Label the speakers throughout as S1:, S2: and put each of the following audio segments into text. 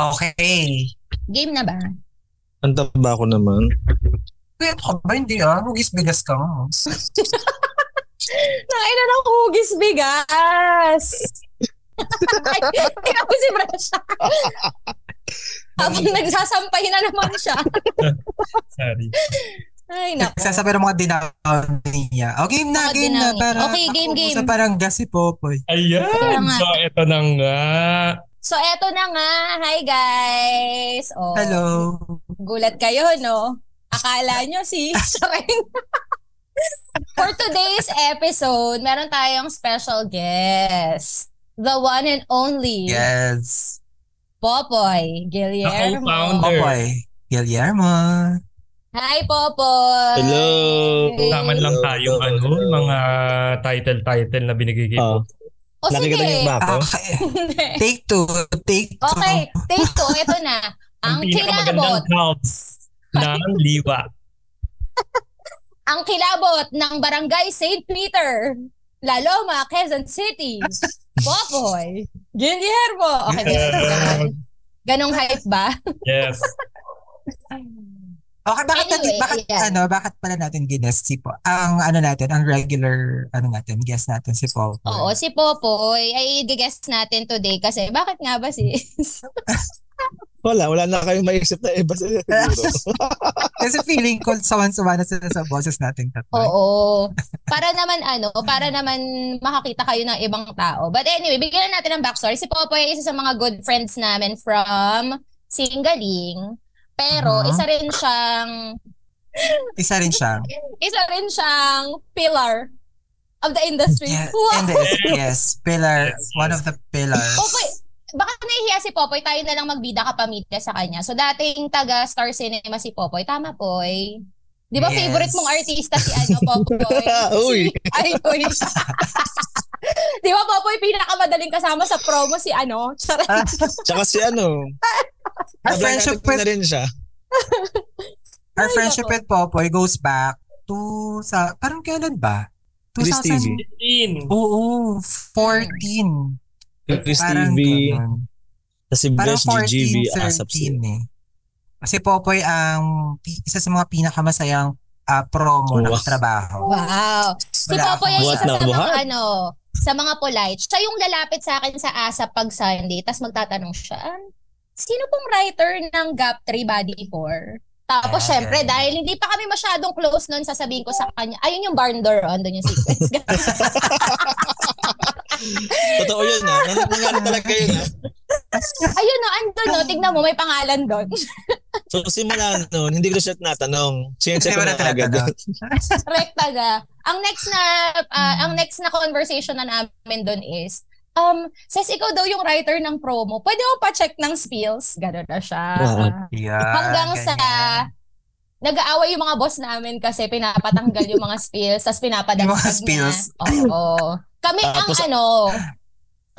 S1: Okay.
S2: Game na ba?
S3: Kanta ba ako naman?
S1: Kaya ka ba? Hindi ah. Hugis bigas ka mo.
S2: Nakainan ako hugis bigas! Ikaw si Brasha. Habang nagsasampay na naman siya.
S4: Sorry.
S2: Ay, nako.
S1: Sasabi ng mga dinaw niya. Oh, game na,
S2: Mga
S1: game na.
S2: dinaw.
S1: Para
S2: Okay, game, game.
S1: Sa parang gas si Popoy.
S2: Kaya
S4: Ayan!
S2: nga.
S4: So, ito Ah, na nga.
S2: So, eto na nga. Hi, guys. Oh,
S1: Hello.
S2: Gulat kayo, no? Akala nyo si Shreng. For today's episode, meron tayong special guest. The one and only
S1: Yes.
S2: Popoy
S4: The
S2: Guillermo.
S4: co-founder.
S1: Popoy. Guillermo.
S2: Hi, Popoy!
S3: Hello!
S4: Taman lang
S3: Hello,
S4: tayong
S3: hello,
S4: ano,
S3: hello.
S4: mga title-title na binigay kay
S1: Oh,
S3: Oo.
S4: Popoy.
S2: O Oh, sige.
S3: Ah, Nakikita niyo ba ako?
S1: Ah, Okay.
S2: Hindi.
S1: Take two. Take two.
S2: okay, take two. Ito na. Ang kilabot.
S4: pinakamagandang calves ng liwa.
S2: Ang kilabot ng Barangay St. Peter. Laloma, Quezon City. Popoy. Guillermo. Okay.
S4: Yes.
S2: Ganong hype ba?
S4: Yes.
S1: Okay, bakit
S2: Anyway,
S1: natin, bakit
S2: ayan.
S1: ano, bakit pala natin ginest si Po? Ang ano natin, ang regular ano natin, guest natin si Popoy.
S2: Oo, si Popoy ay i-guest natin today kasi bakit nga ba si...
S3: Wala, wala na kayong maisip na iba siguro.
S1: Kasi feeling ko sawan-sawa na sila sa boses nating tatlo.
S2: Oo. Para naman ano, para naman makakita kayo ng ibang tao. But anyway, bigyan na natin ng backstory. Si Popoy ay isa sa mga good friends namin from Singaling. Pero
S1: Uh-huh.
S2: isa rin siyang
S1: Isa rin siya.
S2: isa rin siyang pillar of the industry.
S1: Yeah,
S2: Wow. Oh,
S1: and yes, yes, pillar,
S4: Yes,
S1: one
S4: yes.
S1: of the pillars.
S2: Popoy, baka nahihiya si Popoy, tayo na lang magbida kapamilya sa kanya. So dating taga Star Cinema si Popoy, tama Poy. Di ba
S1: Yes.
S2: favorite mong artista si ano, Popoy?
S3: Uy.
S2: Si- Ay, Poy. Di ba Popoy, pinakamadaling kasama sa promo si ano? Charot.
S3: Tsaka si ano,
S1: Our
S3: Sabi
S1: Ah, friendship
S3: natin
S1: with
S3: na rin siya.
S1: our
S2: Ay,
S1: friendship
S2: nako.
S1: with Popoy goes back to sa parang kailan ba?
S3: Chris
S1: 2000.
S3: TV.
S4: In.
S1: Oo, 14.
S3: Chris
S1: Parang
S3: TV,
S1: ganun.
S3: si
S1: Parang
S3: Bless
S1: 14,
S3: GGV,
S1: 13
S3: ah, asap siya.
S1: eh. Kasi Popoy ang pi- isa sa mga pinakamasayang ah, promo ng
S3: Wow.
S1: trabaho.
S2: Wow. Si
S1: Wala
S2: Popoy ay
S3: akong
S2: isa
S3: buhat na
S2: sa mga
S3: buhat.
S2: ano, sa mga polite. Siya yung lalapit sa akin sa ASA pag Sunday, tapos magtatanong siya, "Ah, sino pong writer ng Gap 3 Body 4? Tapos
S1: Ah,
S2: syempre,
S1: ganun.
S2: dahil hindi pa kami masyadong close nun, sasabihin ko sa kanya, ayun yung barn door, andun yung sequence.
S3: Totoo yun ha. Nan- Nangyari talaga yun ah. ha.
S2: ayun no, andun no, tignan mo, may pangalan doon.
S3: So simula noon, hindi ko na siya tinatanong. Sinecheck
S1: Hindi
S3: ko
S1: mo na
S3: na agad.
S1: tinatanong.
S2: Correct taga. Ang next na ah,
S1: Mm.
S2: ang next na conversation na namin doon is um, says ikaw daw yung writer ng promo. Pwede mo pa-check ng spills. Ganun na siya.
S3: Oo.
S1: Yeah,
S2: Hanggang sa
S1: Ah, ganyan.
S2: nag-aaway yung mga boss namin kasi pinapatanggal yung mga spills tapos pinapadagdag
S1: Yung mga
S2: niya.
S1: spills.
S2: Oo. Kami
S3: Tapos-
S2: ang ano,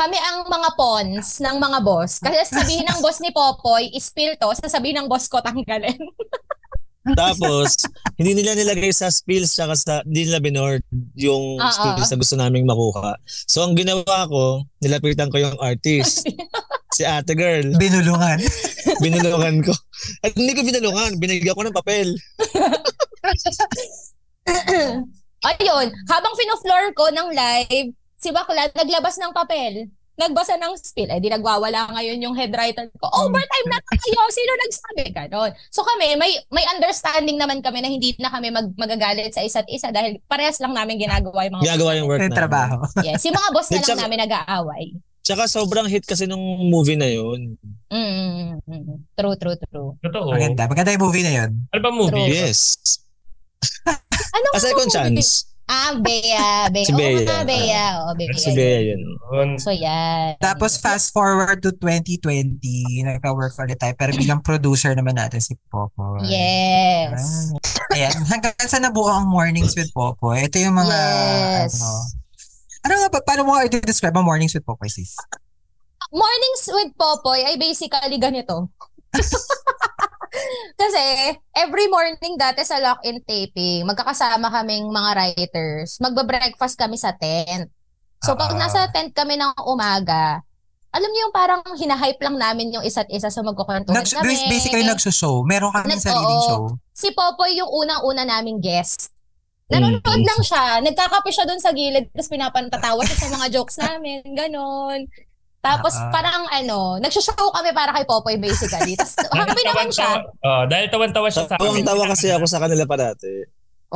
S2: kami ang mga pawns ng mga boss. Kasi sabihin ng boss ni Popoy, ispill to, sasabihin ng boss ko tanggalin.
S3: Tapos, hindi nila nilagay sa spills tsaka sa, hindi nila binord yung
S2: Oo.
S3: spills na gusto naming makuha. So ang ginawa ko, nilapitan ko yung artist. si ate girl,
S1: Binulungan.
S3: binulungan ko. At hindi ko binulungan, binigyan ko ng papel.
S2: Ayun, habang fino-floor ko ng live, si Bakla naglabas ng papel. Nagbasa ng spill. Eh, di nagwawala ngayon yung head writer ko. Overtime na tayo! Sino nagsabi? Ganon. So kami, may may understanding naman kami na hindi na kami mag, magagalit sa isa't isa dahil parehas lang namin ginagawa yung mga...
S3: Ginagawa yung work
S1: Yung
S3: namin.
S1: trabaho.
S2: Yes, yung mga boss na lang
S3: Tsaka-
S2: namin nag-aaway.
S3: Tsaka sobrang hit kasi nung movie na yun.
S2: Mm, mm, mm. True, true, true.
S4: Totoo.
S1: Maganda. Maganda yung movie na yun.
S4: Ano ba movie?
S2: True.
S3: Yes.
S2: Anong
S3: A second
S2: movie?
S3: chance.
S2: Ano Ah, Bea. Bea.
S3: Si
S2: Oo
S3: Bea.
S2: nga, Bea. Oo, Bea.
S3: Si Bea yun.
S4: Yun.
S2: So, yan.
S1: Tapos fast forward to 2020, nagka-work ulit tayo. Pero bilang producer naman natin si Popoy.
S2: Yes.
S1: Ah, Ayan, hanggang sa nabuo ang mornings with Popoy. Ito yung mga,
S2: Yes.
S1: ano, ano nga ba, paano mo i-describe ang mornings with Popoy, sis?
S2: Mornings with Popoy ay basically ganito. Kasi every morning dati sa lock-in taping, magkakasama kaming mga writers. Magba-breakfast kami sa tent. So pag
S1: Ah.
S2: nasa tent kami ng umaga, alam niyo yung parang hinahype lang namin yung isa't isa sa magkukwentuhan
S1: Nags,
S2: namin.
S1: basically, nagsushow. Meron kami
S2: Nag-
S1: sariling
S2: oo.
S1: show.
S2: si Popoy yung unang-una naming guest. Nanonood
S3: Mm.
S2: lang siya. Nagkakape siya doon sa gilid tapos pinapantatawa siya sa mga jokes namin. Ganon. Tapos
S1: Ah.
S2: parang ano, nagsashow kami para kay Popoy basically. Tapos happy naman siya.
S4: Oh, dahil tawan-tawa siya sa amin.
S3: Tawang-tawa kasi ako sa kanila parati.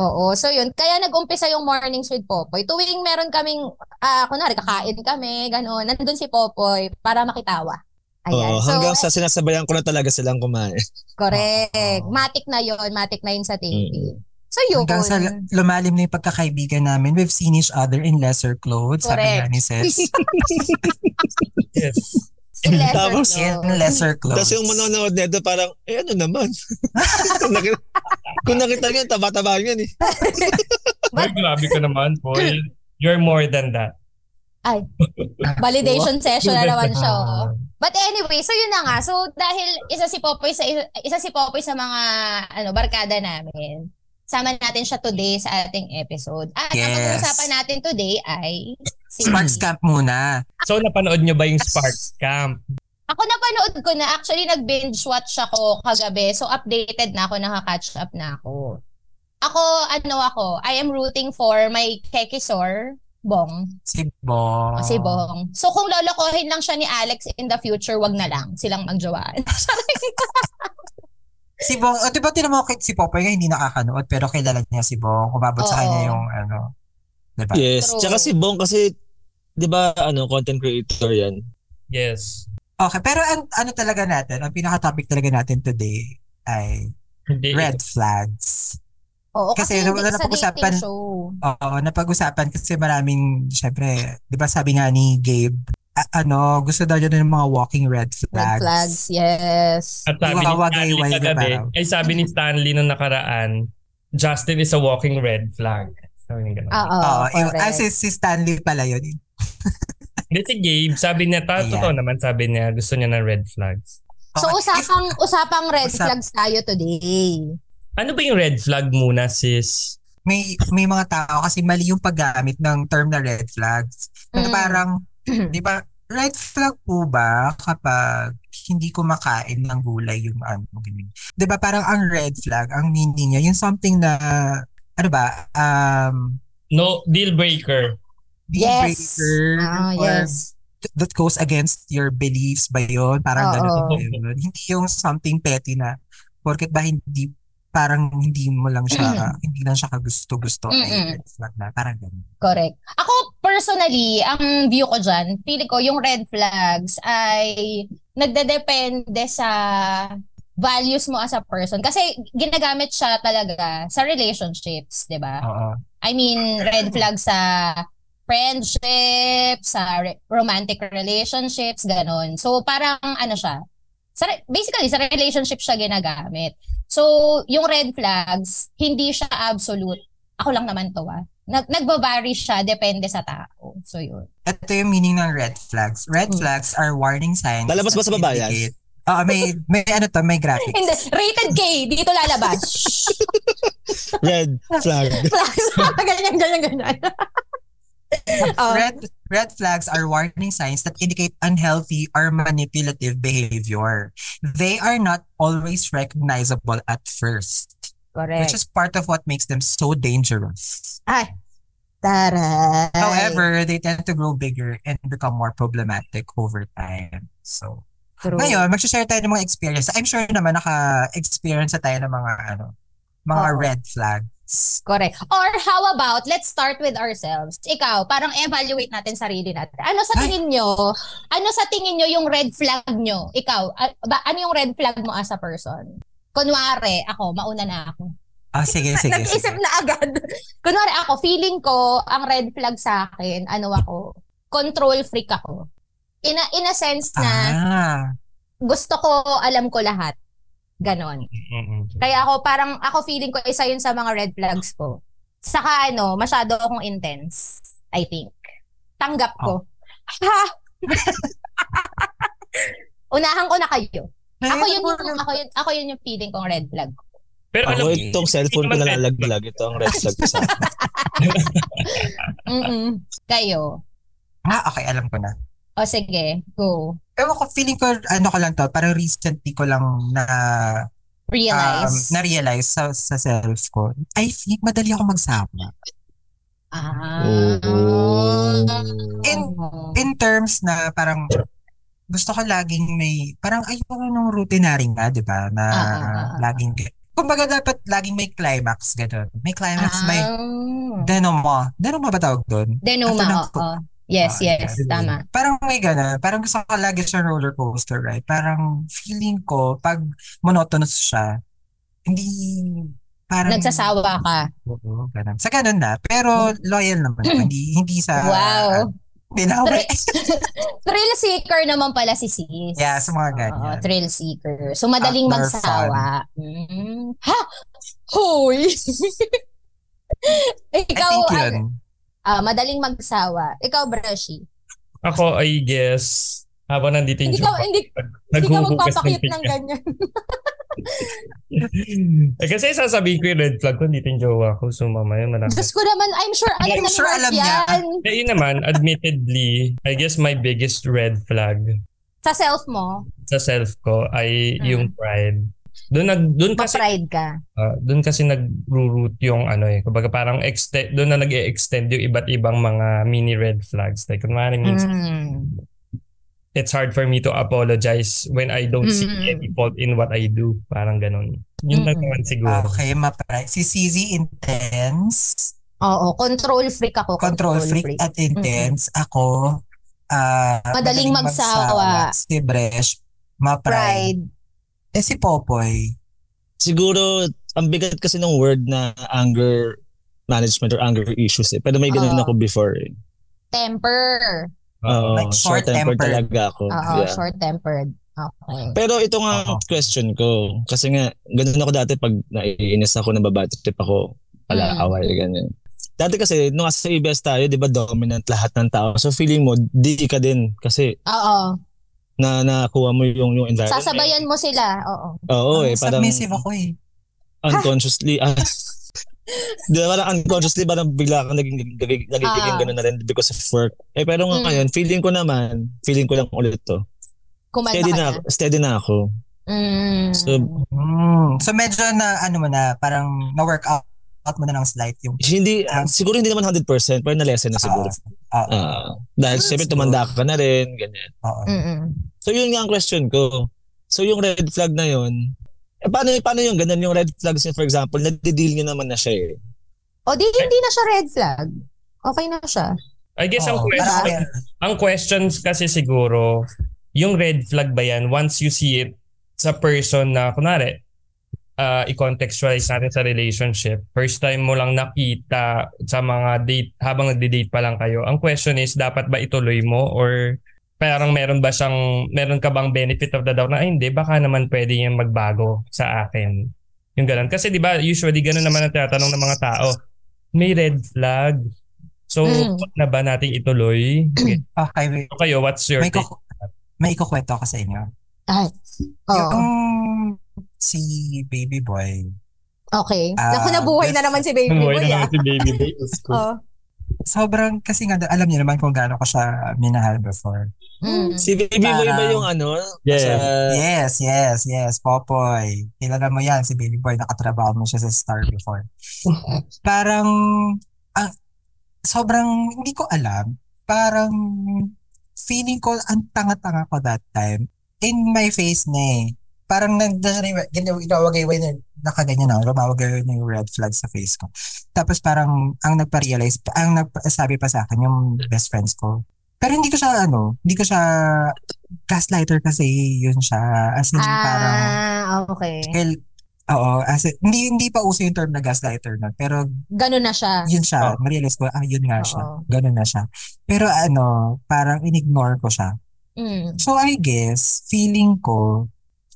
S2: Oo, so yun. Kaya nag-umpisa yung mornings with Popoy. Tuwing meron kaming, ah, kunwari, kakain kami, gano'n. Nandun si Popoy para makitawa. Ayan.
S3: Oo,
S2: so, eh,
S3: hanggang sa sinasabayan ko na talaga silang kumain.
S2: correct.
S1: Oo.
S2: Matik na yun. Matik na yun sa TV.
S3: Mm.
S2: So yun.
S1: Hanggang sa l- lumalim na yung pagkakaibigan namin. We've seen each other in lesser clothes, sabi
S2: Correct.
S1: nga ni Ses.
S4: Yes.
S2: si Lesser
S3: Tapos-
S2: Love.
S1: In lesser clothes.
S3: Tapos yung manonood nito parang, eh ano naman? kung, nakita, kung nakita niyo, taba-taba yan eh.
S4: Ay, grabe ka naman, Paul. You're more than that.
S2: Validation session na
S4: You're
S2: naman
S4: better.
S2: siya. oo. But anyway, so yun na nga. So dahil isa si Popoy sa isa, isa si Popoy sa mga ano barkada namin. Sama natin siya today sa ating episode. At ang
S1: Yes.
S2: pag-uusapan natin today ay si
S1: Sparks Camp muna.
S4: So, napanood niyo ba yung Sparks Camp?
S2: Ako napanood ko na actually nag-binge watch ako kagabi. So updated na ako, naka-catch up na ako. Ako, ano ako, I am rooting for my Kekisor, Bong.
S1: Si Bong.
S2: O si Bong. So kung lolokohin lang siya ni Alex in the future, wag na lang silang magjawaan.
S1: Si Bong, oh, diba tinamokit si Popoy nga hindi nakakanood pero kilala niya si Bong. Kumabot
S2: Oo.
S1: sa kanya yung ano. Diba?
S3: Yes.
S2: True.
S3: Tsaka si Bong kasi, di ba, ano, content creator yan.
S4: Yes.
S1: Okay, pero an- ano talaga natin, ang pinaka-topic talaga natin today ay
S4: Hindi.
S1: red flags.
S2: Oo,
S1: Kasi
S2: kasi, hindi
S1: wala na
S2: sa
S1: pag-usapan.
S2: dating show.
S1: Oo, napag-usapan kasi maraming, syempre, di ba sabi nga ni Gabe, a- ano, gusto daw niya ng mga walking red
S2: Red
S1: flags.
S2: flags, yes.
S4: At sabi ni
S1: Wawagay
S4: Stanley
S1: wild na
S4: kagabi,
S1: parang.
S4: ay sabi ni Stanley nung nakaraan, Justin is a walking red flag. Sabi niya ganun.
S2: Oo,
S1: Oo, eh,
S2: correct.
S1: ah, si, si Stanley pala yun.
S4: Hindi si Gabe, sabi niya, ta,
S1: Ayan.
S4: totoo naman, sabi niya, gusto niya ng red flags.
S2: So
S1: Okay,
S2: usapang usapang red
S1: oh, Usap-
S2: flags tayo today.
S4: Ano ba yung red flag muna, sis?
S1: may may mga tao kasi mali yung paggamit ng term na red flags. Pero
S2: Mm.
S1: parang, di ba, red flag po ba kapag hindi kumakain ng gulay yung ano, ganyan. Di ba parang ang red flag, ang meaning niya, yung something na, ano ba, um,
S4: No, deal breaker.
S1: deal
S2: yes.
S1: breaker
S2: Ah,
S1: or
S2: yes.
S1: th- that goes against your beliefs ba yun? Parang ganun
S2: Oo.
S1: ba yun? Hindi yung something petty na, porket ba hindi, parang hindi mo lang siya, hindi lang siya kagusto-gusto
S2: Mm. Mm-mm.
S1: ay red flag na, parang ganun.
S2: Correct. Ako personally, ang view ko dyan, feeling ko yung red flags ay nagdedepende sa values mo as a person. Kasi ginagamit siya talaga sa relationships, di ba?
S1: Oo.
S2: I mean, red flag sa friendship, sa re- romantic relationships, ganun. So, parang ano siya, sa re- basically, sa relationship siya ginagamit. So, yung red flags, hindi siya absolute. Ako lang naman to, ah. Nag- nagbabary siya, depende sa tao. So, yun.
S1: Ito yung meaning ng red flags. Red
S2: Mm.
S1: flags are warning signs.
S3: Lalabas ba
S1: that
S3: sa baba yan?
S1: indicate- Oo, may, may ano to, may graphic.
S2: Hindi, rated K, dito lalabas.
S3: Red flag.
S2: Flags, ganyan, ganyan, ganyan. Oh.
S1: Red red flags are warning signs that indicate unhealthy or manipulative behavior. They are not always recognizable at first, which
S2: Correct.
S1: is part of what makes them so dangerous.
S2: Taray.
S1: However, they tend to grow bigger and become more problematic over time. So,
S2: True.
S1: Ngayon, mag-share tayo ng mga experience. I'm sure naman naka-experience na tayo ng mga ano, mga
S2: Oo.
S1: red flags.
S2: Correct. Or how about, let's start with ourselves. Ikaw, parang evaluate natin sarili natin. Ano sa
S1: Ay.
S2: tingin nyo, ano sa tingin nyo yung red flag nyo? Ikaw, a- ba, ano yung red flag mo as a person? Kunwari, ako, mauna na ako.
S1: Ah, sige, sige.
S2: Nag-isip
S1: sige.
S2: na agad. Kunwari ako, feeling ko, ang red flag sa akin, ano ako, control freak ako. In a, in a sense na
S1: Ah,
S2: gusto ko, alam ko lahat. Ganon.
S4: Mm-mm.
S2: Kaya ako parang ako feeling ko isa yun sa mga red flags ko. Saka ano, masyado akong intense, I think. Tanggap ko. Ha!
S1: Oh.
S2: Unahan ko na kayo. Ako
S1: ano
S2: yun yung ako yun, ako yun yung feeling kong red flag.
S4: Pero
S3: Ako
S4: alam mo,
S3: itong cellphone ko
S4: Hindi naman red
S3: nalalaglag. Ito ang red flag ko sa akin.
S2: Mm-mm. Kayo.
S1: Ah, okay, alam ko na.
S2: O sige, go.
S1: Ewan ko, feeling ko, ano ko lang to, parang recently ko lang na, um,
S2: Realize.
S1: na-realize sa, sa self ko. I think madali ako magsawa.
S2: ah.
S3: Oh.
S1: In- In terms na parang gusto ko laging may, parang ayoko nung routinary nga, di ba? Na
S2: Ah, ah, ah, ah.
S1: laging, kumbaga dapat laging may climax, gano'n. May climax, may
S2: Ah.
S1: denouement. Denouement ba tawag doon?
S2: Denoma,
S1: Ano na
S2: oo. Yes,
S1: Ah,
S2: yes,
S1: yeah.
S2: tama.
S1: Parang may gana. Parang gusto ko lagi siya roller coaster ride. Parang feeling ko, pag monotonous siya, hindi parang...
S2: Nagsasawa ka.
S1: Oo, ganun. Sa ganun na. Pero loyal naman. ako. hindi, hindi sa... ah,
S2: Wow.
S1: Hindi na ako.
S2: Thri- thrill seeker naman pala si sis.
S1: Yeah, sa mga
S2: Oo,
S1: ganyan.
S2: thrill seeker. So, madaling
S1: Outdoor
S2: magsawa. Mm. Ha? Hoy!
S1: I
S2: Ikaw,
S1: think
S2: ah,
S1: yun.
S2: ah, madaling magsawa. Ikaw, Brushy.
S4: Ako, I guess, habang nandito yung
S2: Hindi ka,
S4: jowa,
S2: hindi, hindi ka
S4: naghuhugas ng
S2: magpapakit ng
S4: pinggan.
S2: ganyan.
S4: Eh, kasi sasabihin ko yung red flag ko, dito yung jowa ko. So, mamaya malaki.
S2: Diyos ko naman, I'm sure alam
S1: I'm
S2: na ni
S1: sure
S2: Mark
S1: alam niya.
S2: yan.
S4: Eh, yun naman, admittedly, I guess my biggest red flag
S2: Sa self mo,
S4: sa self ko ay
S2: Mm.
S4: yung pride. Doon nag doon kasi
S2: ma-pride ka.
S4: ah, doon kasi nag-root yung ano eh. Kumbaga parang extend doon na nag-extend yung iba't ibang mga mini red flags. Like kunwari minsan
S2: Mm.
S4: it's hard for me to apologize when I don't see
S2: Mm.
S4: any fault in what I do. Parang ganun. Yun lang
S2: Mm.
S4: naman siguro.
S1: Ah, Okay, mapray. Si CZ intense.
S2: Oo, control freak ako.
S1: Control freak at intense. Ako, ah,
S2: Madaling magsawa.
S1: Si Bresh, mapray.
S2: Pride.
S1: Eh si Popoy.
S3: Siguro, ang bigat kasi ng word na anger management or anger issues eh. Pero may ganun
S4: Ah.
S2: Oo.
S3: ako before eh.
S2: Temper.
S3: Oo,
S1: Like short-tempered.
S3: short-tempered talaga ako.
S4: Oh, Ah,
S2: Oo,
S3: Yeah.
S2: short-tempered. Okay.
S3: Pero ito nga ang
S1: Oo.
S3: question ko. Kasi nga, ganun ako dati pag naiinis ako, nababatrip ako,
S2: Mm.
S3: palaaway, ganyan. Dati kasi, nung sa EBS tayo, di ba dominant lahat ng tao. So feeling mo, di ka din kasi
S2: Oo.
S3: na nakuha mo yung, yung environment.
S2: Sasabayan mo sila. Oo.
S3: Oo eh,
S1: Ang
S3: parang
S1: Submissive ako eh.
S3: unconsciously. ah, di ba parang unconsciously, parang bigla kang naging, naging, nagiging
S2: Ah.
S3: ganun na rin because of work. Eh pero
S2: Mm.
S3: ngayon, feeling ko naman, feeling ko lang ulit to.
S2: Kumalma
S3: Steady
S2: ka
S3: na,
S2: na.
S3: ako, steady na ako.
S2: Mm.
S3: So,
S1: Mm. So medyo na ano mo na parang na work out, out mo na ng slight yung
S3: Hindi,
S1: Ah.
S3: siguro hindi naman 100%, pero na-lesson na siguro.
S1: Ah, ah,
S3: Ah, dahil
S1: Ah,
S3: syempre
S1: siguro.
S3: tumanda ka na rin, ganyan.
S1: oo.
S2: Mm-mm.
S3: So yun nga ang question ko. So yung red flag na yun, eh, paano, paano yung ganun? Yung red flags niya, for example, nade-deal niya naman na siya eh.
S2: O di, hindi na siya red flag. Okay na siya.
S4: I guess ang
S1: Oo,
S4: question,
S1: parang-
S4: ang questions kasi siguro, yung red flag ba yan, once you see it sa person na, kunwari, uh, i-contextualize natin sa relationship, first time mo lang nakita sa mga date, habang nagde-date pa lang kayo, ang question is, dapat ba ituloy mo or parang meron ba siyang, meron ka bang benefit of the doubt na, ay hindi, baka naman pwede yan magbago sa akin. Yung ganun. Kasi di ba usually ganun naman ang tinatanong ng mga tao, may red flag. So,
S2: Mm.
S4: wag na ba nating ituloy?
S1: Okay, wait.
S4: So Ano kayo, what's your
S1: May,
S4: take?
S1: kuku- may ikukwento ko sa inyo.
S2: Ay.
S1: Yung
S2: Oo.
S1: si Baby Boy.
S2: Okay.
S1: Ah,
S2: Ako nabuhay na
S1: that's-
S2: naman si Baby Boy. ah. Oh.
S4: si Baby Boy.
S2: Oo.
S1: Sobrang kasi nga alam niyo naman kung gaano ko siya minahal before.
S2: Mm.
S3: Si Baby Boy ba
S1: Parang-
S3: yung ano?
S4: Yeah.
S3: Sa,
S1: yes, yes, yes, Popoy. Kilala mo yan, si Baby Boy. Nakatrabaho mo siya sa Star before. parang, ang, sobrang, hindi ko alam. Parang, feeling ko, ang tanga-tanga ko that time. In my face na eh. Parang ginawagayway na nakaganyan ako, lumawagay na yung red flag sa face ko. Tapos parang ang nagpa-realize, ang nagsabi pa sa akin yung best friends ko. Pero hindi ko siya ano, hindi ko siya gaslighter kasi yun siya. As in parang
S2: Ah, okay.
S1: Well, oo, as in, hindi, hindi pa uso yung term na gaslighter nun. Pero
S2: Ganun na siya.
S1: yun siya, ma-realize ko, ah, yun nga siya.
S2: Oo.
S1: Ganun na siya. Pero ano, parang in-ignore ko siya.
S2: Mm.
S1: So I guess, feeling ko,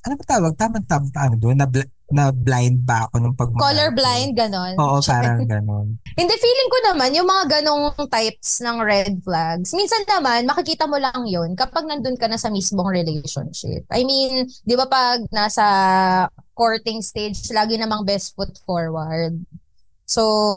S1: ano ba tawag? Tamang-tama ano doon, na, bl- na blind ba ako nung pag
S2: Colorblind, ganun.
S1: Oo, parang ganun.
S2: Hindi, feeling ko naman, yung mga ganong types ng red flags, minsan naman, makikita mo lang yon kapag nandun ka na sa mismong relationship. I mean, di ba pag nasa courting stage, lagi namang best foot forward. So,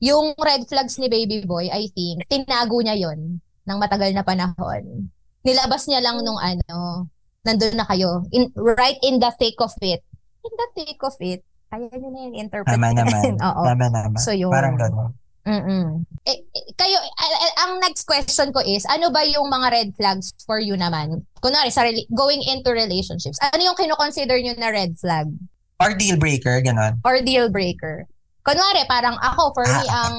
S2: yung red flags ni Baby Boy, I think, tinago niya yon ng matagal na panahon. Nilabas niya lang nung ano, nandun na kayo. In, right in the thick of it. In the thick of it. Kaya niyo na yung interpret.
S1: Tama naman.
S2: Oo.
S1: Tama naman.
S2: Oh, So yun.
S1: Parang gano'n.
S2: Mm-mm. Eh, eh, kayo, a- a- ang next question ko is, ano ba yung mga red flags for you naman? Kunwari, sa rela- going into relationships, ano yung kinoconsider nyo na red flag
S1: Or deal breaker, gano'n.
S2: or deal breaker? Kunwari, parang ako, for me,
S1: Ah.
S2: ang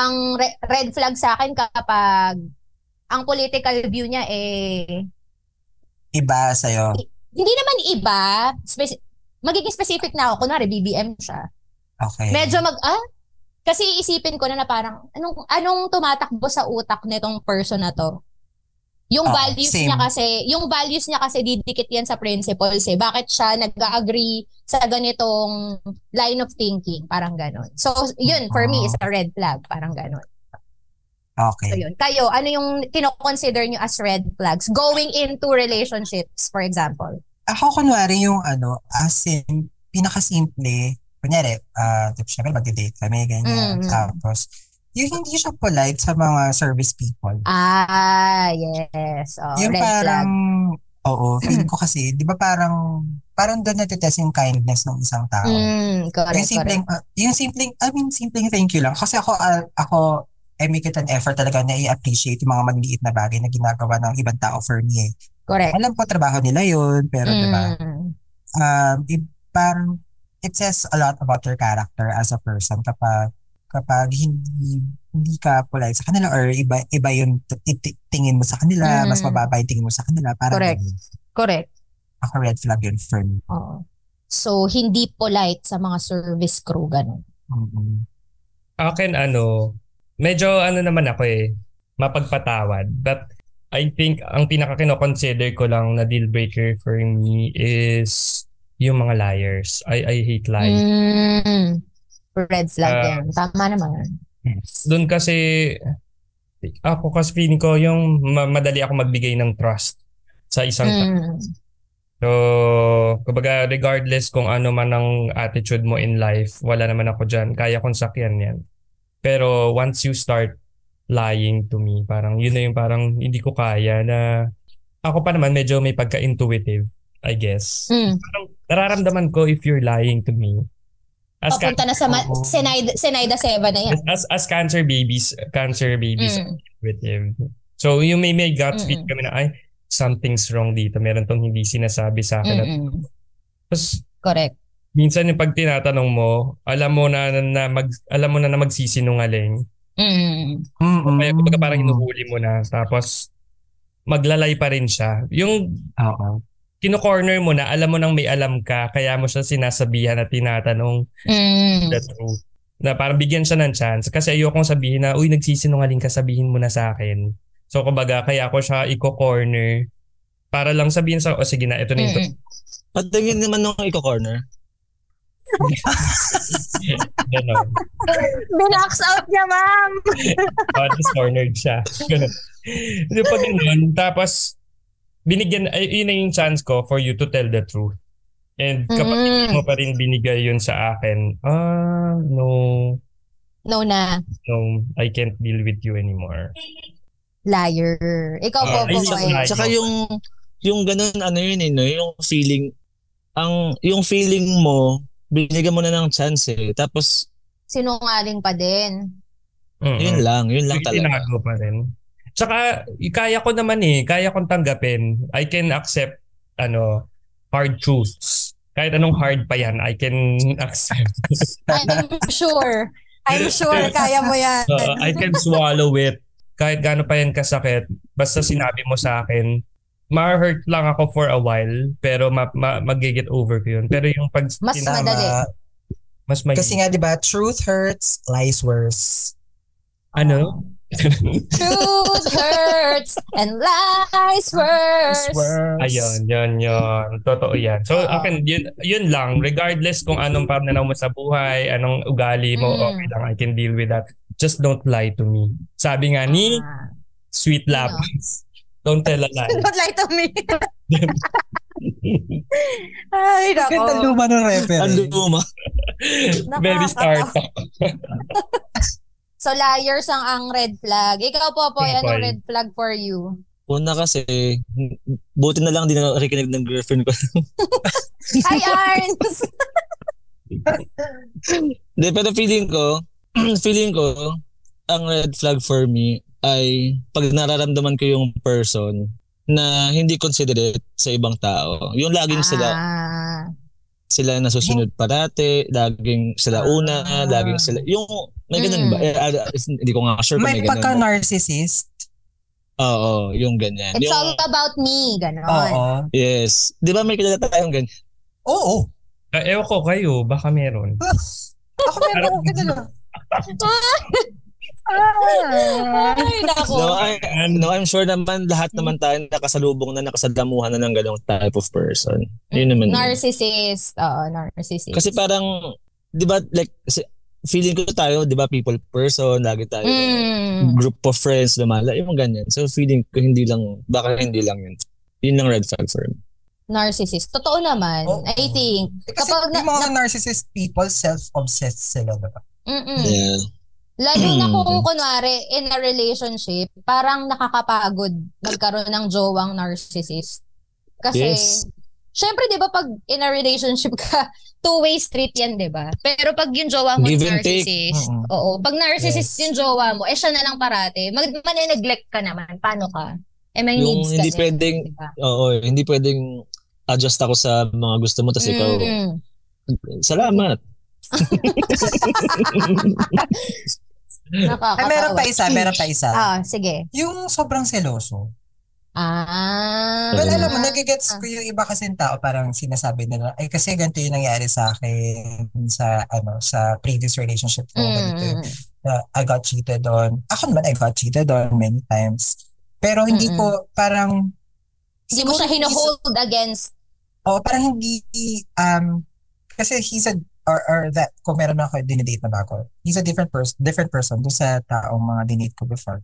S2: ang re- red flag sa akin kapag ang political view niya eh,
S1: Iba sa'yo.
S2: hindi naman iba, speci- magiging specific na ako, kunwari, BBM siya.
S1: Okay.
S2: medyo mag ah kasi isipin ko na na parang anong anong tumatakbo sa utak nitong person na to. Yung
S1: Oo,
S2: values
S1: Ah, same.
S2: niya kasi, yung values niya kasi didikit yan sa principles eh. Bakit siya nag-agree sa ganitong line of thinking, parang ganon. So, yun for
S1: Ah.
S2: me is a red flag, parang ganon. So,
S1: Okay.
S2: yun. Kayo, ano yung kinoconsider nyo as red flags going into relationships, for example?
S1: Ako kunwari yung ano, as in, pinakasimple, kunyari, ah, uh, syempre magde-date kami, ganyan.
S2: Mm.
S1: Tapos, yung hindi siya polite sa mga service people.
S2: Ah, yes. Oh,
S1: yung
S2: red
S1: parang,
S2: flag. Mm.
S1: oo, feel ko kasi, di ba parang, parang doon natetest yung kindness ng isang tao. yung
S2: Mm, correct, correct.
S1: simpleng, ah, yung simpleng, I mean, simpleng thank you lang. Kasi ako, ah, ako, I make it an effort talaga na i-appreciate yung mga maliliit na bagay na ginagawa ng ibang tao for me. eh.
S2: Correct.
S1: Alam ko trabaho nila yun, pero di ba,
S2: Mm.
S1: um, i- parang it says a lot about your character as a person kapag kapag hindi hindi ka polite sa kanila or iba iba yung t- t- tingin mo sa kanila,
S2: Mm.
S1: mas mababa yung tingin mo sa kanila. Parang
S2: Correct.
S1: ganun.
S2: Correct.
S1: Ako red flag yun for me.
S2: Oo. So, hindi polite sa mga service crew, ganun.
S1: Mm-mm.
S4: akin ano, medyo ano naman ako eh, mapagpatawad. But I think ang pinaka kino-consider ko lang na deal breaker for me is yung mga liars. I I hate lies.
S2: Mm. Red flag
S4: Ah.
S2: yan. Tama naman.
S1: Yes.
S4: Doon kasi ako kasi feeling ko yung ma- madali ako magbigay ng trust sa isang tao.
S2: Mm.
S4: So, kumbaga regardless kung ano man ang attitude mo in life, wala naman ako dyan. Kaya kong sakyan yan. Pero once you start lying to me, parang yun na yung parang hindi ko kaya na ako pa naman medyo may pagka-intuitive, I guess.
S2: Mm.
S4: Parang nararamdaman ko if you're lying to me. As, can-
S2: Papunta na sa ma-
S1: Oo.
S2: Senaida, Senaida Seva na yan.
S4: as, as, as cancer babies, cancer babies,
S2: Mm.
S4: intuitive. So, yung may, may gut feel
S2: Mm-mm.
S4: kami na, ay, something's wrong dito. Meron tong hindi sinasabi sa akin.
S2: Mm-mm.
S4: Tapos,
S2: Mm. Correct.
S4: minsan yung pag tinatanong mo, alam mo na, na, na mag, alam mo na na magsisinungaling.
S2: Mm.
S1: Mm-mm.
S4: Kaya kumbaga parang hinuhuli mo na. Tapos maglalay pa rin siya. Yung
S1: Oo.
S4: kino-corner mo na, alam mo nang may alam ka, kaya mo siya sinasabihan at tinatanong
S2: Mm.
S4: the truth. Na parang bigyan siya ng chance. Kasi ayokong sabihin na, uy, nagsisinungaling ka, sabihin mo na sa akin. So kumbaga, kaya ako siya i-corner para lang sabihin sa, o sige na, ito na yung
S2: Mm-mm.
S3: Patingin naman nung iko-corner.
S4: Ganon.
S2: Binox out niya, ma'am!
S4: Oh, tapos cornered siya. Ganun. Yung pag ganun, tapos binigyan, ay, yun na yung chance ko for you to tell the truth. And kapag
S2: Mm.
S4: mo pa rin binigay yun sa akin, ah, no,
S2: No na.
S4: no, I can't deal with you anymore.
S2: Liar. Ikaw po,
S4: Ah,
S2: po,
S4: ayun
S2: boy.
S4: lang.
S3: Tsaka yung yung ganun ano yun eh, no? yung feeling ang yung feeling mo binigyan mo na ng chance eh. Tapos
S2: Sinungaling pa din.
S4: Mm-mm.
S3: yun lang, Uh-huh. yun lang
S4: Yung
S3: talaga.
S4: Tinago pa rin. Tsaka, y- kaya ko naman eh, kaya kong tanggapin. I can accept, ano, hard truths. Kahit anong hard pa yan, I can accept.
S2: I'm sure. I'm sure kaya mo yan.
S4: Oo, I can swallow it. Kahit gaano pa yan kasakit, basta sinabi mo sa akin, ma-hurt lang ako for a while, pero ma- ma- mag-get over ko yun. Pero yung pag
S2: Mas
S4: sinabi-
S1: Tama.
S2: madali.
S4: mas may...
S1: Kasi nga, di ba, truth hurts, lies worse.
S4: ano?
S2: Truth hurts and lies worse.
S4: Ayun, yun, yun. Totoo yan. So, akin, yun, yun lang. Regardless kung anong pananaw mo sa buhay, anong ugali mo,
S2: Mm.
S4: okay lang, I can deal with that. Just don't lie to me. Sabi nga ni
S2: Ah. Ano?
S4: Sweet Lapis, don't tell a lie.
S2: Don't lie to me. Ay,
S1: Ganda
S2: nako.
S1: luma ng
S3: Ang
S1: reference.
S3: luma.
S4: Very start
S2: So, liars ang ang red flag. Ikaw po, po,
S4: Ikaw,
S2: anong
S4: Poy.
S2: red flag for you?
S3: Una kasi, buti na lang din nakikinig ng girlfriend ko.
S2: Hi, Arns!
S3: Hindi, pero feeling ko, feeling ko, ang red flag for me ay pag nararamdaman ko yung person na hindi considerate sa ibang tao. Yung laging sila,
S2: Ah.
S3: sila nasusunod parate, laging sila una,
S1: Ah.
S3: laging sila, yung, may
S2: Mm.
S3: ganun ba? Eh, ah, hindi ko nga sure kung
S1: May
S3: may, ganun ba.
S1: pagka-narcissist.
S3: Oo, yung ganyan.
S2: It's
S3: yung,
S2: all about me, ganon.
S1: Oo.
S3: yes. Di ba may kilala tayong ganyan?
S1: Oo.
S4: Ah, ewan ko kayo, baka meron.
S1: Ako meron akong ganun.
S2: Ay, nako.
S3: No, I,
S4: Ayan.
S3: no, I'm sure naman lahat naman tayo nakasalubong na nakasalamuhan na ng ganong type of person.
S2: Mm.
S3: Yun naman. yun.
S2: Narcissist. Oo, narcissist.
S3: Kasi parang, di ba, like, si- feeling ko tayo, di ba, people person, lagi tayo,
S2: Mm.
S3: group of friends, lumala, yung ganyan. So, feeling ko hindi lang, baka hindi lang yun. Yun lang red flag for me.
S2: Narcissist. Totoo naman.
S1: Oo.
S2: I think.
S1: Eh, Kasi
S2: Kapag na-
S1: yung mga narcissist people, self-obsessed sila. Diba?
S2: Mm-mm.
S3: Yeah.
S2: Lalo na
S3: Mm.
S2: kung kunwari in a relationship, parang nakakapagod magkaroon ng jowang narcissist. Kasi,
S3: Yes.
S2: syempre 'di ba pag in a relationship ka, two-way street 'yan, 'di ba? Pero pag yung jowa mo
S3: Give and take.
S2: narcissist,
S1: Mm-mm.
S2: oo, pag narcissist
S3: Yes.
S2: yung jowa mo, eh siya na lang parate. Mag maneneglect ka naman. Paano ka? Eh may needs
S3: Yung
S2: ka.
S3: hindi
S2: din,
S3: pwedeng-
S2: 'di ba?
S3: Oo, hindi pwedeng adjust ako sa mga gusto mo,
S2: Mm.
S3: tapos ikaw,
S2: Mm-mm.
S3: salamat.
S1: Ay,
S2: Nakakatawa.
S1: meron pa isa, meron pa isa.
S2: Ah, sige.
S1: Yung sobrang seloso.
S2: Ah.
S1: Well,
S3: Mm.
S1: alam mo, nagigets ko yung iba kasing tao, parang sinasabi nila, ay kasi ganito yung nangyari sa akin sa ano sa previous relationship ko, ganito yung,
S2: Mm.
S1: na I got cheated on. Ako naman, I got cheated on many times. Pero hindi
S2: Mm-mm.
S1: ko parang
S2: Hindi mo
S1: Siguro
S2: siya
S1: isa-
S2: hinuhold against
S1: Oo, parang hindi, um, kasi he's a, or, or that, kung meron ako, dinidate na ba ako, he's a different person, different person dun sa taong mga dinate ko before.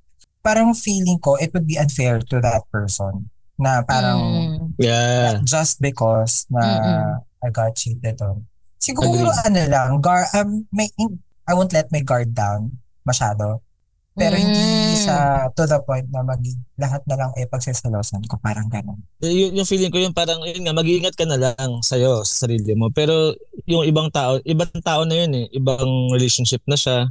S1: Parang feeling ko, it would be unfair to that person na parang
S2: Mm.
S3: Yeah.
S1: just because na
S2: Mm-mm.
S1: I got cheated on. Siguro
S3: Agree.
S1: ano lang, guard, um, may, I won't let my guard down masyado. Pero hindi
S2: Mm.
S1: sa to the point na maging lahat na lang eh pagsasalosan ko parang ganun.
S3: Y- yung feeling ko yung parang yun nga mag-iingat ka na lang sa'yo, sa sarili mo. Pero yung ibang tao, ibang tao na yun eh, ibang relationship na siya,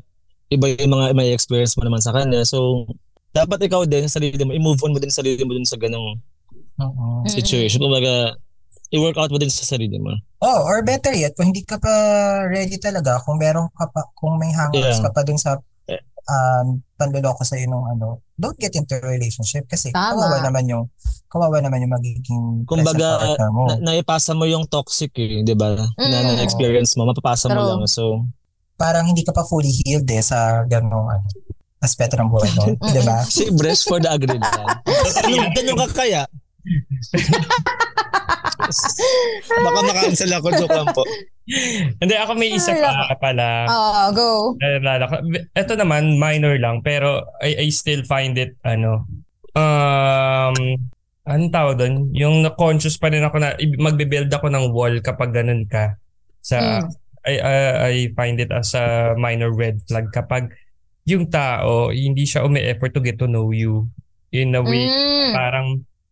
S3: iba yung mga may experience mo naman sa kanya. So dapat ikaw din sa sarili mo, i-move on mo din sa sarili mo dun sa ganong
S1: Oo.
S2: Mm-mm.
S3: situation. Kumbaga, i-work out mo din sa sarili mo.
S1: Oh, or better yet, kung hindi ka pa ready talaga, kung meron ka pa, kung may hangers
S3: Yeah.
S1: ka pa dun sa
S3: Yeah.
S1: um, panluloko sa'yo nung ano, don't get into a relationship kasi
S2: Tama.
S1: kawawa naman yung, kawawa naman yung magiging
S3: Kumbaga,
S1: present partner mo.
S3: Na, naipasa mo yung toxic eh, di ba? Na
S2: Mm.
S3: na-experience mo, mapapasa mo
S2: True.
S3: lang. So,
S1: Parang hindi ka pa fully healed eh sa ganong ano, aspeto ng buhay mo. di ba?
S3: say breast for the agreed lang. Ganun, ganun ka kaya? Baka makancel ako, joke lang po.
S4: Hindi, ako may isa
S2: Wala
S4: pa pala.
S2: Oo, go.
S4: Naalala ko. Ito naman, minor lang, pero I, I still find it, ano, um, anong tawag doon? Yung na-conscious pa rin ako na i- magbe-build ako ng wall kapag ganun ka. Sa,
S2: Mm.
S4: I, I, I find it as a minor red flag kapag yung tao, hindi siya umi-effort to get to know you in a way
S2: Mm.
S4: parang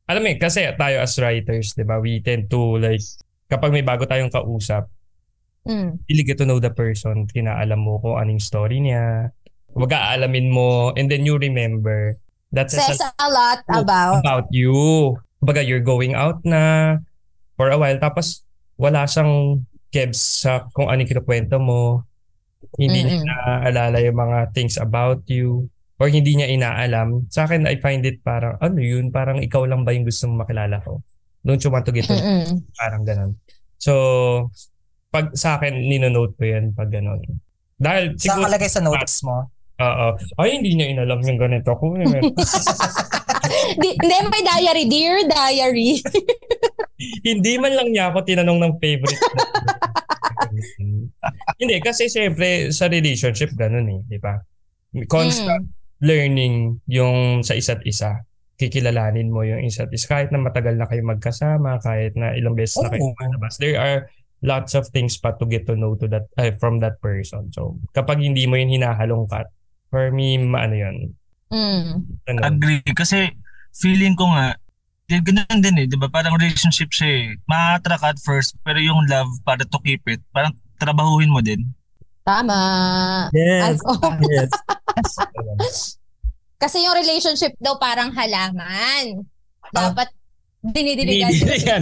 S4: alam mo yun, kasi tayo as writers, 'di ba? We tend to like kapag may bago tayong kausap,
S2: Mm.
S4: really get to know the person. Kinaalam mo kung anong story niya. Huwag aalamin mo and then you remember. That
S2: Says
S4: says a-
S2: a lot about.
S4: about you. Kumbaga you're going out na for a while tapos wala siyang kebs sa kung anong kinukwento mo. Hindi niya
S2: Mm-mm.
S4: naaalala yung mga things about you or hindi niya inaalam. Sa akin, I find it parang, ano yun, parang ikaw lang ba yung gusto mong makilala ko? Don't you want to get to know?
S2: Mm-mm.
S4: Parang ganun. So, pag sa akin, ninonote ko yan pag ganun. Dahil siguro,
S1: Nakalagay sa notes mo.
S4: oo, ay hindi niya inalam yung ganito ko.
S2: Di- Hindi, may diary. Dear diary.
S4: hindi man lang niya ako tinanong ng favorite. hindi, kasi syempre sa relationship, ganun eh, di ba? Constant
S1: Hmm.
S4: learning yung sa isa't isa. Kikilalanin mo yung isa't isa. Kahit na matagal na kayo magkasama, kahit na ilang beses na kayo
S1: Oo.
S4: malabas, there are lots of things pa to get to know to that eh, from that person. So, kapag hindi mo yun hinahalongkat, for me, maano yun.
S2: Mm. Mm.
S4: Ano,
S5: Agree. Kasi
S3: feeling ko nga, di, ganun din eh, di ba? Parang relationship siya eh. Maka-attract at first, pero yung love para to keep it, parang trabahuhin mo din.
S2: Tama.
S3: Yes,
S2: As-
S3: yes.
S2: Kasi yung relationship daw parang halaman. Dapat dinidiligan.
S4: Ah. Dinidiligan.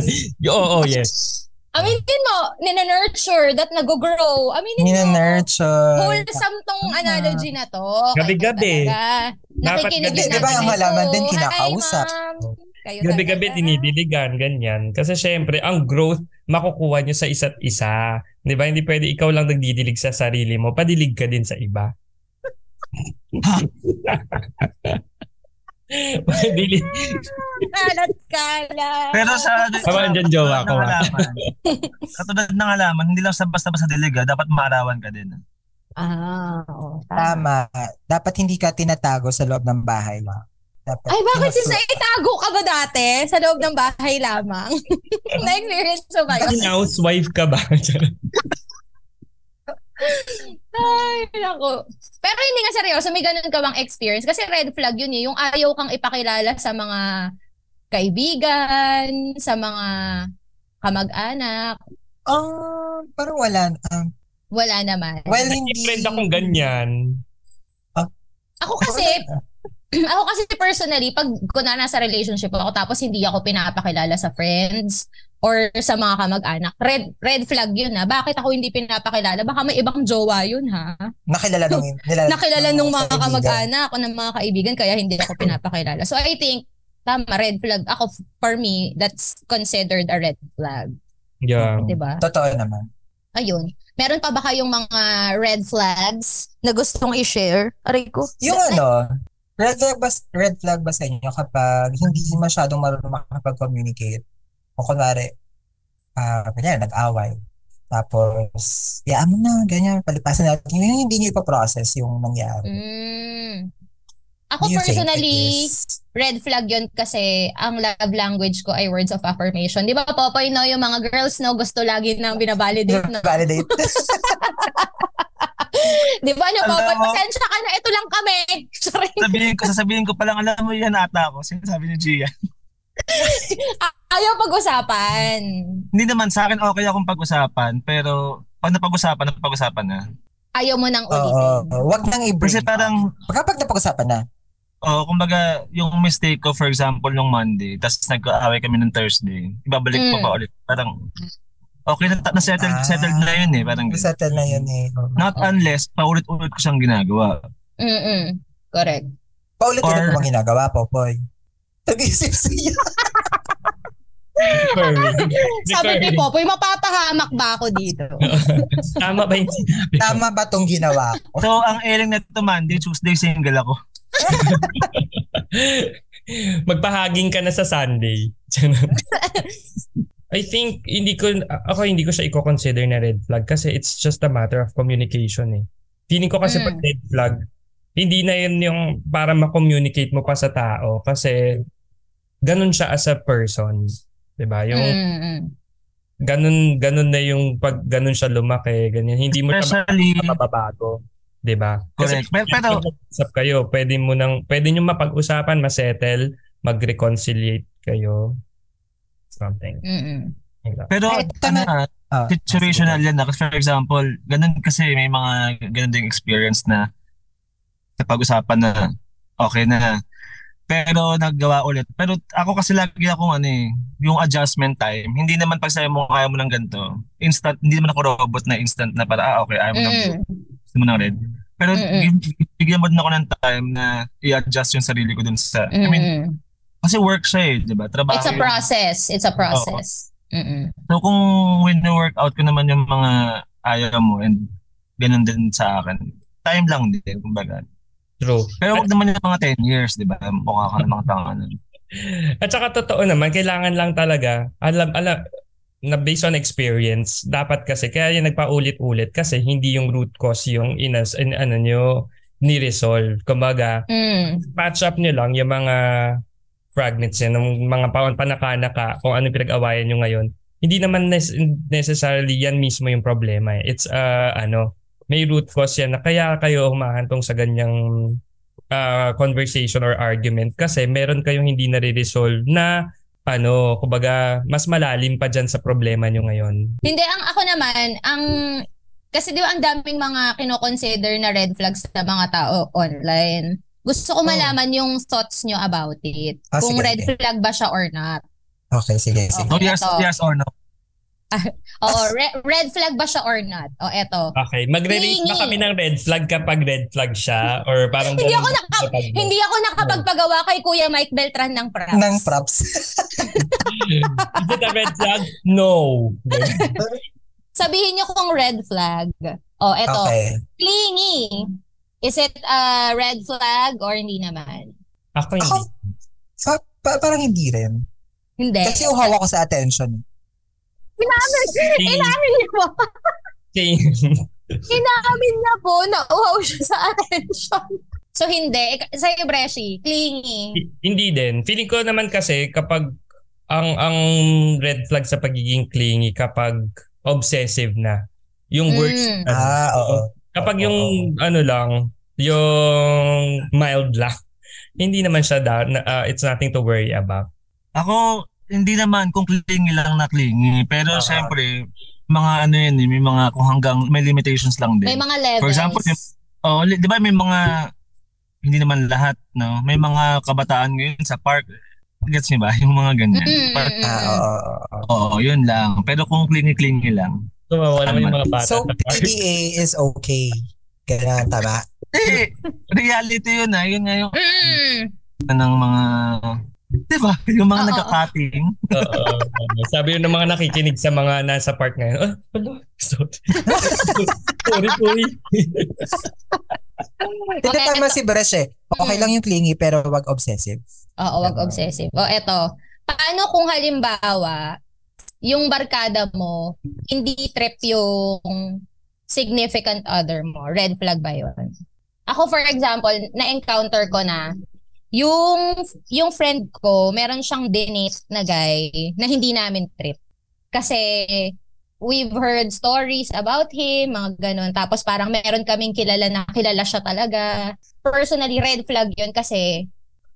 S4: Oo, oh, yes.
S2: Aminin mo, nina-nurture that nag-grow. Aminin mo.
S1: Nina-nurture.
S2: Wholesome tong
S1: Tama.
S2: analogy na to.
S4: ah. Gabi-gabi.
S2: Ay, talaga.
S4: Dapat
S2: Nakikinig
S4: gabi-gabi.
S2: yung
S4: Di ba
S1: ang
S2: nanay
S1: halaman
S2: ko.
S1: din
S2: Hi,
S1: kinakausap?
S2: ma'am. Kayo
S4: Gabi-gabi
S2: talaga.
S4: dinidiligan, ganyan. Kasi syempre, ang growth, makukuha nyo sa isa't isa. Di ba? Hindi pwede ikaw lang nagdidilig sa sarili mo. Padilig ka din sa iba. Padilig.
S2: Kalat, kalat.
S3: Pero sa...
S4: Tama, andyan jowa ko, ah.
S3: Katulad ng halaman, hindi lang sa basta-basta deliga, dapat maarawan ka din.
S2: Ah, oo. tama.
S1: Tama. Dapat hindi ka tinatago sa loob ng bahay. Dapat
S2: Ay, bakit si
S1: sinusu-
S2: Sai itago ka ba dati? Sa loob ng bahay lamang? Na-experience mo ba yun?
S4: Housewife ka ba?
S2: Ay, ako. Pero hindi nga seryoso, may ganun ka bang experience? Kasi red flag yun eh, yung ayaw kang ipakilala sa mga kaibigan, sa mga kamag-anak.
S1: Um, parang wala. Um,
S2: Wala naman.
S1: well,
S4: May
S1: hindi.
S4: friend akong ganyan.
S1: Oh,
S2: ako kasi, ako kasi personally, pag kunwari nasa relationship ako tapos hindi ako pinapakilala sa friends or sa mga kamag-anak, red red flag yun ha. Bakit ako hindi pinapakilala? Baka may ibang jowa yun ha.
S1: Nakilala nung nilala,
S2: nakilala nung mga
S1: kaibigan.
S2: kamag-anak o ng mga kaibigan kaya hindi ako pinapakilala. So I think tama red flag ako for me that's considered a red flag,
S4: Yeah.
S2: 'di ba?
S1: Totoo naman.
S2: Ayun. Meron pa ba kayong mga red flags na gustong i-share? Aray ko.
S1: Yung ano, red flag ba, red flag ba sa inyo kapag hindi masyadong marunong makapag-communicate? O kunwari, ah, ganyan, nag-away. Tapos, yaan mo na, ganyan, palipasin natin. Yung hindi niyo ipaprocess yung nangyari.
S2: Mm. Ako
S1: You think it
S2: personally,
S1: is.
S2: red flag yun kasi ang love language ko ay words of affirmation. Di ba, Popoy, no? Yung mga girls, no? Gusto lagi nang binabalidate, no?
S1: validate.
S2: Di ba, no?
S3: Alam
S2: Popoy,
S3: mo-
S2: pasensya ka na. Ito lang kami. Sorry.
S3: Sabihin ko, sasabihin ko palang, alam mo yan ata ako. Sinasabi ni Gia.
S2: Ayaw pag-usapan.
S3: Hindi naman, sa akin okay akong pag-usapan, pero pag napag-usapan, napag-usapan na.
S2: Ayaw mo nang
S1: Oo.
S2: ulitin.
S1: Wag nang i-bring.
S3: Kasi parang,
S1: Kapag napag-usapan na,
S3: oh, kumbaga, yung mistake ko, for example, nung Monday, tapos nag-aaway kami ng Thursday, ibabalik ko
S2: Mm.
S3: pa ulit. Parang, okay, na, na-settled
S1: Ah.
S3: settled na yun eh. Parang, ganun.
S1: settle na yun eh. Oo.
S3: not unless, paulit-ulit ko siyang ginagawa.
S2: Mm-mm. Correct.
S1: Paulit-ulit
S3: Or-
S1: mo bang ginagawa, Popoy? Nag-isip siya.
S4: Recurring.
S2: Sabi ni
S4: Recurring.
S2: Popoy, mapapahamak ba ako dito?
S4: Tama ba yung sinabi ko?
S1: Tama ba tong ginawa ko?
S3: So, ang airing na to Monday, Tuesday, single ako.
S4: Magpahaging ka na sa Sunday. I think hindi ko ako hindi ko siya i-consider na red flag kasi it's just a matter of communication eh. Feeling ko kasi
S2: Mm.
S4: pag red flag, hindi na yun yung para ma-communicate mo pa sa tao kasi ganun siya as a person. 'Di ba? Yung
S2: Mm-mm.
S4: ganun ganun na yung pag ganun siya lumaki, ganyan. Hindi mo siya
S3: Especially,
S4: mababago. 'Di ba?
S3: Mm. correct. Pero, pero
S4: usap kayo, pwede mo nang pwede niyo mapag-usapan, masettle, mag-reconciliate kayo. Something.
S2: Mm-mm.
S4: like that.
S3: Pero
S1: Kahit
S3: ano
S1: tama-
S3: na,
S1: Ah,
S3: situational yan na. Kasi for example, ganun kasi may mga ganun ding experience na napag-usapan na okay na. Pero naggawa ulit. Pero ako kasi lagi akong ano eh, yung adjustment time. Hindi naman pag sabi mo kaya mo ng ganito. Instant, hindi naman ako robot na instant na para ah okay, ayaw mo ng
S2: Mm-mm.
S3: blue, gusto mo ng red. Pero
S2: Mm-mm.
S3: gi- bigyan mo din ako ng time na i-adjust yung sarili ko dun sa, I mean,
S2: Mm-mm.
S3: kasi work siya eh, di ba? Trabaho.
S2: It's a
S3: yun.
S2: process. It's a process. Mm-mm.
S3: So kung win-workout ko naman yung mga ayaw mo and ganun din sa akin, time lang din, kumbaga.
S4: True.
S3: Pero wag naman yung mga 10 years, di ba? Mukha ka namang tanga nun.
S4: At saka totoo naman, kailangan lang talaga, alam, alam, na based on experience, dapat kasi, kaya yung nagpaulit-ulit kasi hindi yung root cause yung inas, in, ano nyo, ni-resolve. Kumbaga,
S2: Mm.
S4: patch up nyo lang yung mga fragments niya, ng mga pawan panakanaka, kung ano yung pinag-awayan nyo ngayon. Hindi naman nes- necessarily yan mismo yung problema. Eh. It's, uh, ano, may root cause yan na kaya kayo humahantong sa ganyang ah, conversation or argument kasi meron kayong hindi nare-resolve na ano, kumbaga, mas malalim pa dyan sa problema nyo ngayon.
S2: Hindi, ang ako naman, ang... Kasi di ba ang daming mga kinoconsider na red flags sa mga tao online. Gusto
S1: Oh.
S2: ko malaman yung thoughts nyo about it.
S1: Ah,
S2: kung
S1: sige,
S2: red
S1: sige.
S2: flag ba siya or not.
S1: Okay, sige, sige.
S2: Okay.
S3: Oh, yes,
S2: Ito.
S3: yes or no.
S2: Oo, re- red flag ba siya or not? O eto.
S4: Okay, magre-rate ba
S2: Hingi.
S4: kami ng red flag kapag red flag siya? Or parang...
S2: Hindi ako
S4: ganun
S2: naka-
S4: kapag-
S2: Hindi ako nakapagpagawa kay Kuya Mike Beltran ng props.
S1: Nang props.
S4: Is it a red flag? No.
S2: Sabihin nyo kung red flag. O eto.
S1: Okay.
S2: Clingy. Is it a red flag or hindi naman?
S4: Ako
S1: Ako,
S4: hindi.
S1: sa, pa- parang hindi rin.
S2: Hindi.
S1: Kasi yung hawak ko sa attention.
S4: Same,
S2: Inamin niya po.
S4: same.
S2: Inamin niya po na uhaw siya sa attention. So hindi. Ik- Sa'yo, Breshi, clingy.
S4: Hi- Hindi din. Feeling ko naman kasi kapag ang ang red flag sa pagiging clingy kapag obsessive na. Yung words.
S2: Mm.
S4: ano,
S1: Ah, oo.
S4: Kapag yung ano lang, yung mild lang. Hindi naman siya da, na, ah, it's nothing to worry about.
S3: Ako, hindi naman kung clingy lang na clingy.
S1: Oo.
S3: Pero syempre, mga ano yan, eh, may mga kung hanggang, may limitations lang din.
S2: May mga levels.
S3: For example, yung- Oo, li- di ba may mga, hindi naman lahat, no? May mga kabataan ngayon sa park, gets niyo ba? Yung mga ganyan.
S2: Mm, mm,
S3: Park,
S2: mm,
S1: Ah,
S2: mm.
S1: oo, oo, oo.
S3: oo, yun lang. Pero kung clingy-clingy lang.
S4: Tumawa naman yung mga bata.
S1: So,
S4: sa park.
S1: PDA is okay. Ganun, tama.
S3: Eh, reality yun ah. Yun nga yung
S2: Mm.
S3: ng mga, di ba? Yung mga
S2: Oo.
S3: nagka-cutting.
S4: Oo. Sabi yun ng mga nakikinig sa mga nasa park ngayon. Oh, wala. Sorry. Sorry, sorry.
S1: Hindi
S2: Okay,
S1: tama si Bresh eh. Okay
S2: Mm.
S1: lang yung clingy pero wag obsessive.
S2: Oo, wag
S1: Diba?
S2: obsessive. O eto, paano kung halimbawa, yung barkada mo, hindi trip yung significant other mo? Red flag ba yun? Ako for example, na-encounter ko na, yung yung friend ko, meron siyang dinate na guy na hindi namin trip. Kasi we've heard stories about him, mga ganun. Tapos parang meron kaming kilala na kilala siya talaga. Personally, red flag yun kasi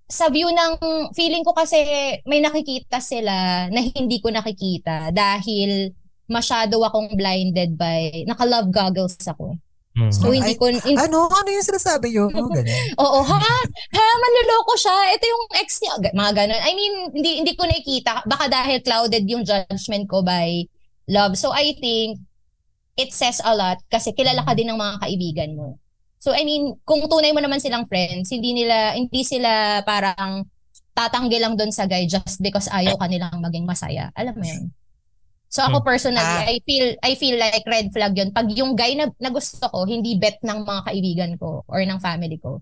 S2: sa view ng feeling ko kasi may nakikita sila na hindi ko nakikita dahil masyado akong blinded by naka-love goggles ako.
S4: Hmm.
S2: So hindi
S1: Ay-
S2: ko hindi-
S1: Ano? Ano yung sinasabi yun? Ganun.
S2: Oo, ha? Ha? Manluloko siya. Ito yung ex niya. Ga- Mga ganun. I mean, hindi, hindi ko nakikita. Baka dahil clouded yung judgment ko by love. So, I think it says a lot kasi kilala ka din ng mga kaibigan mo. So, I mean, kung tunay mo naman silang friends, hindi nila, hindi sila parang tatanggi lang doon sa guy just because ayaw ka nilang maging masaya. Alam mo yun? So ako personally,
S1: Ah.
S2: I feel I feel like red flag 'yon pag yung guy na, na gusto ko hindi bet ng mga kaibigan ko or ng family ko.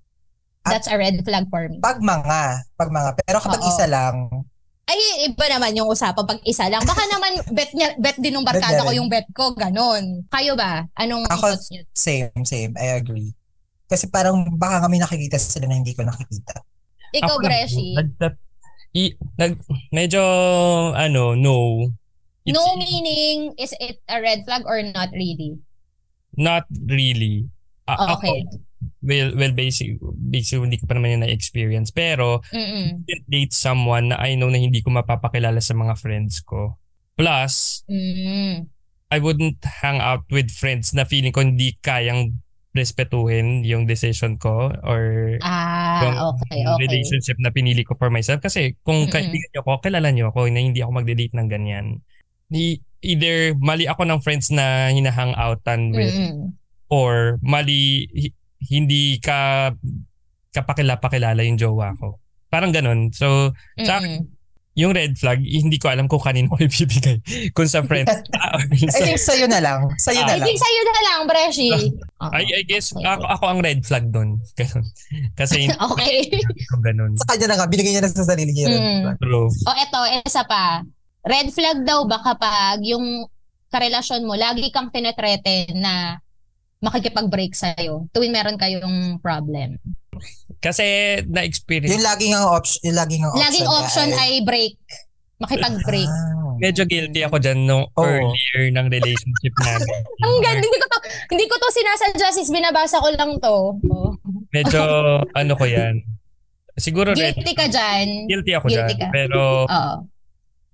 S2: That's a red flag for me.
S1: Pag mga. Pag mga. Pero kapag
S2: Oo.
S1: isa lang,
S2: Ay, iba naman yung usapan pag isa lang. Baka naman bet niya, bet din ng
S1: Bet niya
S2: barkada ko
S1: rin.
S2: yung bet ko, ganun. Kayo ba? Anong
S1: Ako-
S2: thoughts niyo?
S1: same, same. I agree. Kasi parang baka kami nakikita sila na hindi ko nakikita.
S2: Ikaw,
S4: lang
S2: Breshi.
S4: po, nagtat- i- nag, medyo, ano, no. It's
S2: No meaning, is it a red flag or not really?
S4: Not really.
S2: Oh,
S4: A-
S2: okay.
S4: Ako, well, well basic, basic, hindi ko pa naman yun na-experience. Pero,
S2: Mm-mm.
S4: didn't date someone na I know na hindi ko mapapakilala sa mga friends ko. Plus,
S2: Mm.
S4: I wouldn't hang out with friends na feeling ko hindi kayang respetuhin yung decision ko or
S2: Ah,
S4: yung
S2: okay, okay.
S4: relationship na pinili ko for myself. Kasi kung
S2: Mm-mm.
S4: kaibigan niyo ako, kilala niyo ako na hindi ako mag-delete ng ganyan. Ni- either mali ako ng friends na hinahangoutan with
S2: Mm-mm.
S4: or mali hi- hindi ka kapakila-pakilala yung jowa ko. Parang ganun. So, Sa
S2: Mm-mm.
S4: yung red flag, hindi ko alam kung kanino ko ibibigay. Kung sa friends. Ah, or
S1: I
S4: sa-
S1: think sa'yo na lang. Sa'yo
S4: Ah.
S1: na
S2: I
S1: lang.
S2: think sa'yo na lang, Breshi.
S4: I, I guess
S2: Okay.
S4: ako, ako ang red flag doon. Ganun. Kasi hindi
S2: Okay.
S4: ko ganun.
S1: Sa kanya na nga. Binigay niya na sa sarili niya.
S2: Mm.
S4: True.
S2: O eto, isa pa. Red flag daw ba kapag yung karelasyon mo, lagi kang tinetreten na makikipag-break sa'yo tuwing meron kayong problem.
S4: Kasi
S1: Yung
S4: na-experience.
S1: laging ang option. Yung laging ang option.
S2: Laging option
S1: niya
S2: ay break. Makipag-break.
S1: Ah.
S4: Medyo guilty ako dyan nung
S1: Oo.
S4: earlier ng relationship namin.
S2: Ang ganda, hindi ko to, hindi ko to sinasadya sis, binabasa ko lang to. Oh.
S4: Medyo ano ko yan. Siguro red.
S2: Guilty ka dyan. Oh.
S4: Guilty ako
S2: Guilty ka.
S4: dyan. Pero
S2: Oo.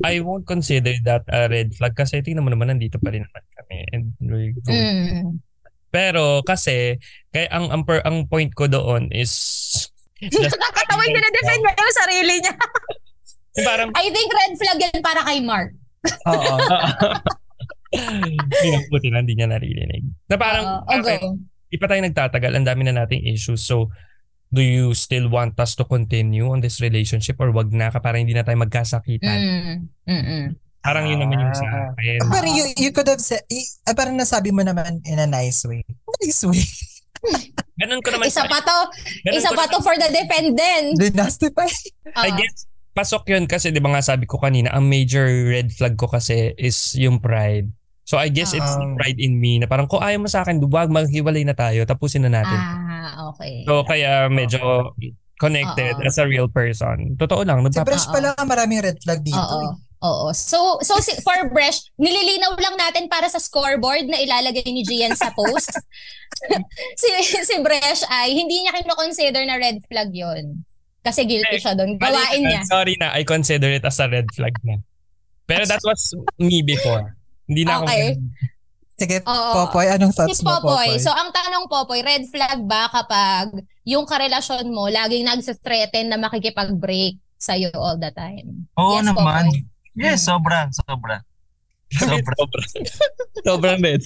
S4: I won't consider that a red flag kasi tingnan mo naman nandito pa rin naman kami. And we're good.
S2: Mm.
S4: Pero kasi, kaya ang, ang, per- ang point ko doon is just
S2: Nakakatawan na na-defend mo yung sarili niya.
S4: parang
S2: I think red flag yan para kay Mark.
S1: Oo.
S4: hindi na puti na, hindi niya naririnig. Na parang,
S2: Oo. O,
S4: parang
S2: Oh, go.
S4: di pa tayo nagtatagal, ang dami na nating issues. So, do you still want us to continue on this relationship or wag na ka para hindi na tayo magkasakitan?
S2: Mm. Mm-mm.
S4: Parang yun naman yung
S1: Ah.
S4: sa
S5: Diba?
S4: akin.
S1: Pero you, you could have said, i- ah, parang nasabi mo naman in a nice way. Nice way.
S4: Ganun ko naman.
S2: Isa pa to,
S4: ganun
S2: isa
S4: ko
S2: pa
S4: naman-
S2: to for the defendant.
S1: Dinastify.
S2: Oo.
S4: I guess, pasok yun kasi di ba nga sabi ko kanina, ang major red flag ko kasi is yung pride. So I guess it's
S1: Ah.
S4: pride in me na parang kung ayaw mo sa akin, wag maghiwalay na tayo, tapusin na natin.
S2: Ah, okay.
S4: So kaya medyo connected
S2: Oo.
S4: as a real person. Totoo lang,
S1: Si
S4: nagpapa-
S1: Brush pala ang maraming red flag dito.
S2: Oo.
S1: eh.
S2: Oo. So, so si, for Bresh, nililinaw lang natin para sa scoreboard na ilalagay ni Gian sa post. si, si Bresh ay hindi niya kino-consider na red flag yon Kasi guilty siya doon.
S4: Eh, Mali
S2: Gawain
S4: na,
S2: niya.
S4: Sorry na, I consider it as a red flag na. Pero that was me before. Hindi na
S2: Okay.
S4: ako
S1: Sige,
S2: Oo.
S1: Popoy, anong thoughts
S2: Si
S1: mo,
S2: Popoy. So, ang tanong Popoy, red flag ba kapag yung karelasyon mo laging nagsa-threaten na makikipag-break sa'yo all the time?
S5: Oo
S2: Yes, Mm.
S5: naman.
S2: Popoy.
S5: Yes, sobra, sobra. Sobra.
S4: sobra.
S3: Sobrang med.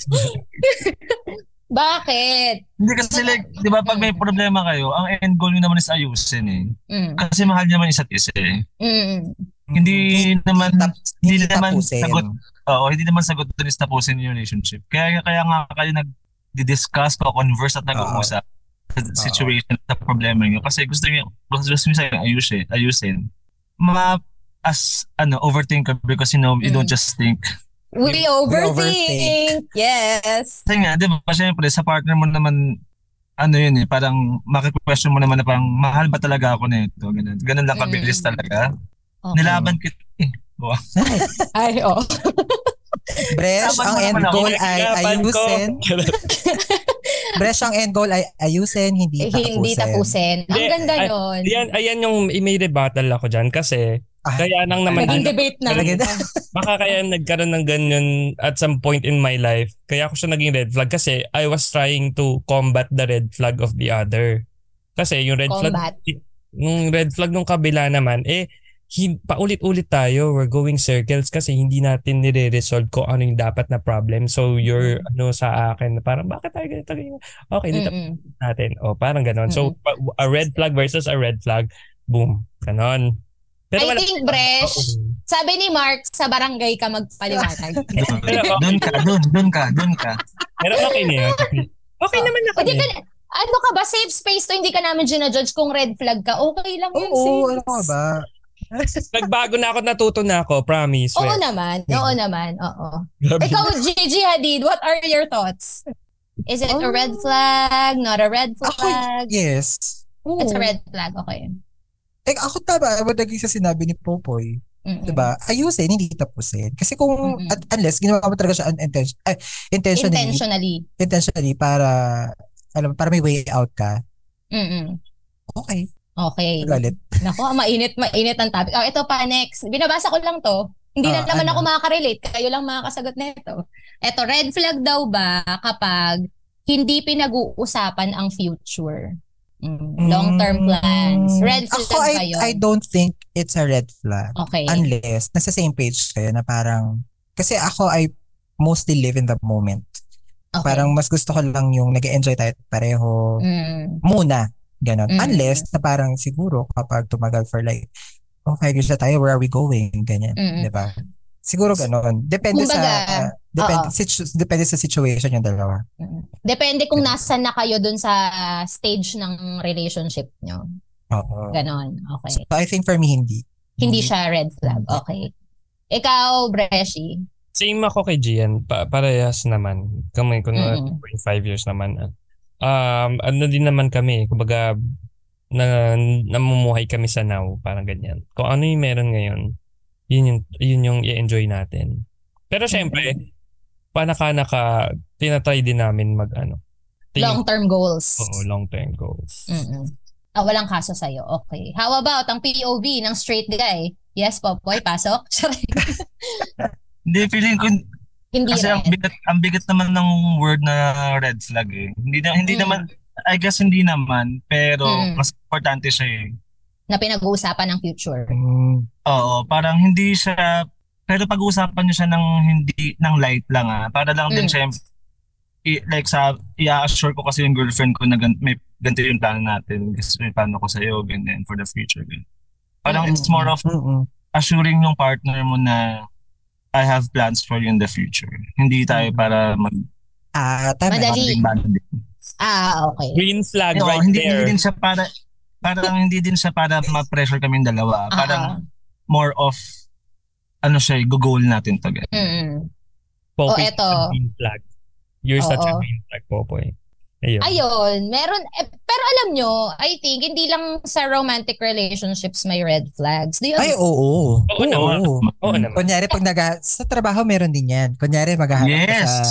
S2: Bakit?
S5: Hindi kasi like, di ba pag may problema kayo, ang end goal nyo naman is ayusin eh.
S2: Mm.
S5: Kasi mahal nyo naman isa't isa eh.
S2: Mm.
S5: Hindi naman,
S1: tap- hindi
S5: hindi naman
S1: tapusin.
S5: sagot. oo, hindi naman sagot dun is tapusin yung relationship. Kaya, kaya nga kayo nag-discuss, converse at nag-uusap sa situation at sa problema nyo. Kasi gusto nyo, gusto nyo sa'yo ayusin, ayusin. Ma, as, ano, overthinker because you know, you
S1: Mm.
S5: don't just think.
S2: We overthink. Yes.
S5: Kasi nga, di ba, syempre, sa partner mo naman, ano yun eh, parang makikwestiyon mo naman na parang mahal ba talaga ako na ito? Ganun, ganun lang kabilis
S2: Mm.
S5: talaga.
S2: Okay.
S5: Nilaban kita eh.
S2: Ay, oo.
S1: Bresh,
S5: Sabag
S1: ang
S5: mo
S1: end
S5: naman ako.
S1: goal ay
S4: Kinakapan ko.
S1: ayusin. Bresh, ang end goal ay ayusin, hindi
S2: Eh,
S1: tapusin.
S2: Hindi tapusin. Ang
S4: Hindi,
S2: ganda
S4: ay-
S2: nun.
S4: Ayan, ayan yung may rebuttal ako dyan kasi
S1: Ah.
S4: kaya nang naman
S2: Naging
S4: ano,
S2: debate na.
S1: Talaga na.
S4: baka kaya nagkaroon ng ganyan at some point in my life. Kaya ako siya naging red flag kasi I was trying to combat the red flag of the other. Kasi yung red flag
S2: Combat.
S4: nung red flag nung kabila naman, eh, hin- paulit-ulit tayo, we're going circles kasi hindi natin nire-resolve ko ano yung dapat na problem. So, you're,
S2: Mm.
S4: ano, sa akin, parang, bakit tayo ganito? ganyan? Okay, dito
S2: Mm-mm.
S4: natin. O, parang ganon. So, pa- a red flag versus a red flag, boom, ganon.
S2: I
S4: wala-
S2: think, Bresh, sabi ni Mark, sa barangay ka magpaliwanag.
S5: Doon ka, doon, doon ka, doon ka.
S4: Pero okay na yun. Okay naman eh. na
S2: o di
S4: kami.
S2: ka, ano ka ba, safe space to, hindi ka namin ginajudge kung red flag ka. Okay lang yun,
S1: Oo, ano
S2: sis.
S1: ka ba?
S4: Nagbago na ako, natuto na ako, promise.
S2: Oo
S4: Swear.
S2: naman, oo naman, oo. Ikaw, Gigi Hadid, what are your thoughts? Is it a red flag? Not a red
S1: Oh. Ako,
S2: flag?
S1: yes.
S2: It's a red flag, okay.
S1: Eh, ako tama, I would agree sa sinabi ni Popoy.
S2: Mm-mm.
S1: Diba? Ayusin, hindi tapusin. Kasi kung,
S2: Mm-mm.
S1: at unless, ginawa mo talaga siya unintention, ay, intentionally,
S2: Intentionally.
S1: intentionally, para, alam, mo, para may way out ka,
S2: Mm-mm.
S1: okay,
S2: Okay.
S1: galit.
S2: Nako, mainit, mainit ang topic. Oh, ito pa, next. Binabasa ko lang to. Hindi na
S1: Ah,
S2: naman
S1: ano?
S2: ako makaka-relate. Kayo lang makakasagot na ito. Ito, red flag daw ba kapag hindi pinag-uusapan ang future? Mm, Long-term plans. Red flag
S1: Hmm. Ako,
S2: ba
S1: I,
S2: yun?
S1: I don't think it's a red flag.
S2: okay.
S1: Unless, nasa same page kayo na parang, kasi ako, I mostly live in the moment.
S2: okay.
S1: Parang mas gusto ko lang yung nag enjoy tayo pareho.
S2: Mm,
S1: Muna. Ganon.
S2: Mm.
S1: Unless, na parang siguro kapag tumagal for like, oh, okay, gusto tayo, where are we going? Ganyan.
S2: Mm-mm.
S1: Di ba? Siguro ganon. Depende
S2: Mm-hmm. Kumbaga,
S1: sa, depende, situ- depende sa situation yung dalawa.
S2: Depende kung nasan na kayo dun sa stage ng relationship nyo.
S1: Oo.
S2: Ganon.
S1: So,
S2: Okay.
S1: I think for me, hindi.
S2: Hindi
S1: Mm.
S2: siya red flag. Okay. Ikaw, Breshi.
S4: Same ako kay Gian, pa- parehas naman. Kami, kung
S2: Mm.
S4: 2.5 years naman. ah. Um, ano din naman kami, kumbaga, na, namumuhay kami sa now, parang ganyan. Kung ano yung meron ngayon, yun yung, yun yung i-enjoy natin. Pero syempre, panaka-naka, tinatry din namin mag ano. Tingin-
S2: Long-term goals.
S4: Oo, long-term goals.
S2: Mm-mm. Ah, walang kaso sa'yo. Okay. How about ang POV ng straight guy? Yes, Popoy, pasok.
S5: Hindi, feeling ko,
S2: Hindi
S5: kasi ang
S2: rin.
S5: bigat, ang bigat naman ng word na red flag eh. Hindi, na, hindi
S2: Mm.
S5: naman, I guess hindi naman, pero
S2: Mm.
S5: mas importante siya eh.
S2: Na pinag-uusapan ng future.
S1: Mm-hmm.
S5: Oo, parang hindi siya pero pag-uusapan niyo siya ng hindi ng light lang ah. Para lang din
S2: Mm.
S5: syempre i- like sa i-assure ko kasi yung girlfriend ko na gan- may ganito yung plano natin, gusto may plano ko sa iyo ganyan for the future ganyan. Parang
S2: Mm.
S5: it's more of
S1: Mm-mm.
S5: assuring yung partner mo na I have plans for you in the future. Hindi tayo
S2: Mm.
S5: para mag
S1: Ah, tama.
S2: Madali.
S5: big banding.
S2: Ah, okay.
S4: Green flag
S5: Oo,
S4: right
S5: hindi,
S4: there.
S5: hindi din siya para parang hindi din siya para ma-pressure kaming dalawa.
S2: Ah,
S5: Parang more of ano siya, go-goal natin to ganyan.
S2: Mm-mm.
S4: Popoy,
S2: Oh, eto.
S4: green flag. You're such a
S2: Oo.
S4: green flag, Popoy. Ayun.
S2: Ayun, meron, eh, pero alam nyo, I think, hindi lang sa romantic relationships may red flags. Do you
S1: Ay, oo.
S4: Oo naman.
S2: Mm.
S3: Mm.
S4: Oo naman.
S1: Kunyari, pag naga, sa trabaho, meron din yan. Kunyari, maghahanap ka
S5: Yes.
S1: sa,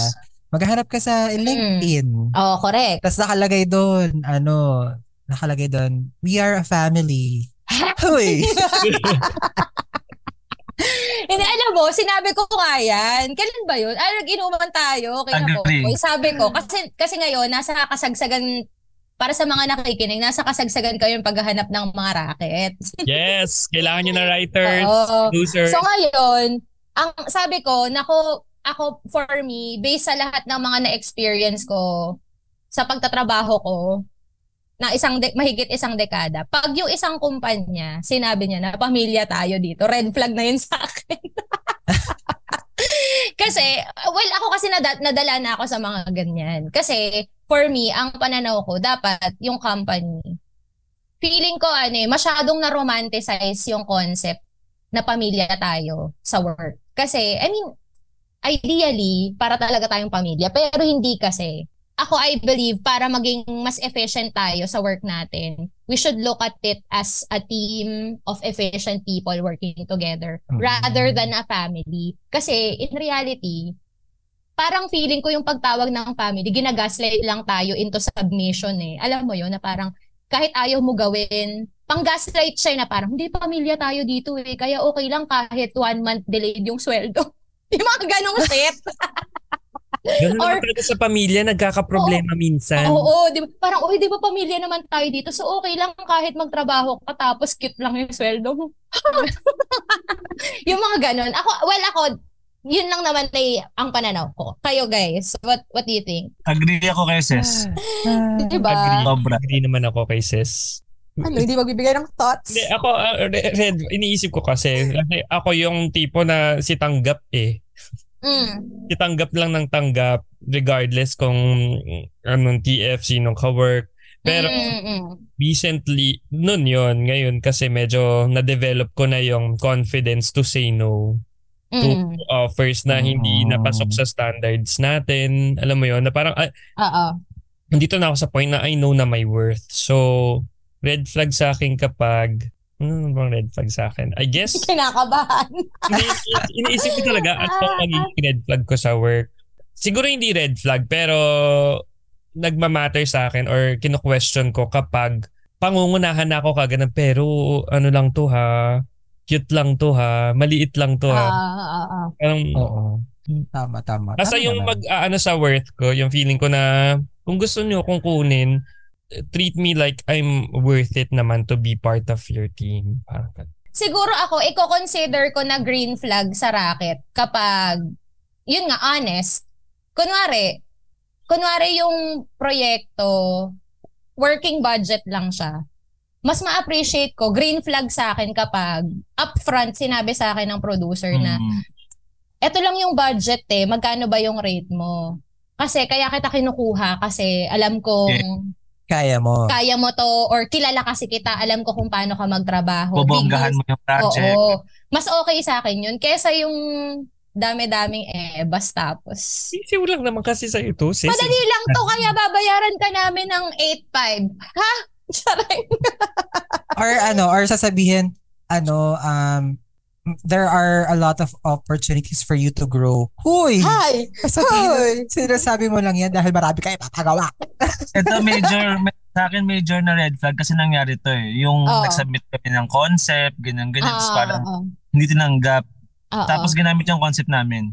S1: maghahanap ka sa
S2: Mm-hmm.
S1: LinkedIn.
S2: Oh, correct.
S1: Tapos nakalagay doon, ano, nakalagay doon, we are a family. Hoy!
S2: Hindi, alam mo, sinabi ko nga yan. Kailan ba yun? Ay, nag-inuman tayo. Okay na po.
S5: Agree.
S2: Uy, Sabi ko, kasi, kasi ngayon, nasa kasagsagan, para sa mga nakikinig, nasa kasagsagan kayo yung paghahanap ng mga racket.
S4: Yes, kailangan nyo na writers,
S2: Oo.
S4: losers.
S2: So ngayon, ang sabi ko, nako, ako for me, based sa lahat ng mga na-experience ko sa pagtatrabaho ko, na isang de- mahigit isang dekada. Pag yung isang kumpanya, sinabi niya na pamilya tayo dito, red flag na yun sa akin. kasi, well, ako kasi nada- nadala na ako sa mga ganyan. Kasi, for me, ang pananaw ko, dapat yung company, feeling ko, ano eh, masyadong na-romanticize yung concept na pamilya tayo sa work. Kasi, I mean, ideally, para talaga tayong pamilya. Pero hindi kasi. Ako, I believe, para maging mas efficient tayo sa work natin, we should look at it as a team of efficient people working together
S1: Mhm.
S2: rather than a family. Kasi, in reality, parang feeling ko yung pagtawag ng family, ginagaslight lang tayo into submission eh. Alam mo yun, na parang kahit ayaw mo gawin, pang-gaslight siya na parang, hindi pamilya tayo dito eh, kaya okay lang kahit one month delayed yung sweldo. yung mga ganong shit.
S4: Ganun
S2: or-
S4: naman talaga sa pamilya, nagkakaproblema minsan.
S2: Oo, di ba? Parang, uy, di ba pamilya naman tayo dito, so okay lang kahit magtrabaho ka tapos cute lang yung sweldo mo. yung mga ganon. Ako, well, ako, yun lang naman ay ang pananaw ko. Kayo guys, what what do you think?
S5: Agree ako kay Ses.
S2: Di
S4: Agree.
S2: Ah, ba?
S5: Sobra.
S4: Hindi naman ako kay sis.
S2: Ano, hindi magbibigay ng thoughts?
S4: Hindi, ako, ah, re- red, iniisip ko kasi, kasi ako yung tipo na si tanggap eh.
S2: Mm.
S4: Si tanggap lang ng tanggap, regardless kung ano, anong TF, sinong kawork. Pero
S2: Mm, mm, mm.
S4: recently, nun yon ngayon kasi medyo na-develop ko na yung confidence to say no.
S2: Mm.
S4: Offers na hindi
S5: Mm.
S4: napasok sa standards natin. Alam mo yon na parang, ah,
S2: Oo.
S4: nandito na ako sa point na I know na my worth. So, red flag sa akin kapag, ano bang red flag sa akin? I guess,
S2: Kinakabahan.
S4: Ini- iniisip ko talaga at kung magiging red flag ko sa work. Siguro hindi red flag pero nagmamatter sa akin or kino-question ko kapag pangungunahan na ako kagad ng pero ano lang to ha, cute lang to ha, maliit lang to
S2: Ah,
S4: ha.
S2: ah, ah.
S4: Parang,
S1: Oo. Tama, tama.
S4: Basta
S1: Tama
S4: yung
S1: naman.
S4: mag aano sa worth ko, yung feeling ko na kung gusto nyo kung kunin, treat me like I'm worth it naman to be part of your team. Parang ganun.
S2: Siguro ako, i-consider ko na green flag sa racket kapag, yun nga, honest. Kunwari, kunwari yung proyekto, working budget lang siya. Mas ma-appreciate ko, green flag sa akin kapag upfront sinabi sa akin ng producer na,
S5: Mm.
S2: eto lang yung budget eh, magkano ba yung rate mo? Kasi kaya kita kinukuha kasi alam kong
S1: Kaya mo.
S2: kaya mo to or kilala kasi kita, alam ko kung paano ka magtrabaho.
S5: Bobonggahan mo yung project.
S2: Oo. Mas okay sa akin yun kesa yung dami-daming eh, bas tapos.
S4: Sisiw lang naman kasi sa ito. Sis.
S2: Madali lang to, kaya babayaran ka namin ng 8.5. Ha? Charay.
S1: Or ano, or sasabihin, ano, um, there are a lot of opportunities for you to grow. Huy!
S2: Hi! Hoy!
S1: Sabihin, sinasabi mo lang yan dahil marami kayo papagawa.
S5: Ito major, may- sa akin major na red flag kasi nangyari to eh. Yung
S2: Oo.
S5: nagsubmit kami ng concept, ganyan, ganyan. Tapos
S2: Ah,
S5: parang
S2: oo.
S5: hindi tinanggap.
S2: Oo.
S5: Tapos ginamit yung concept namin.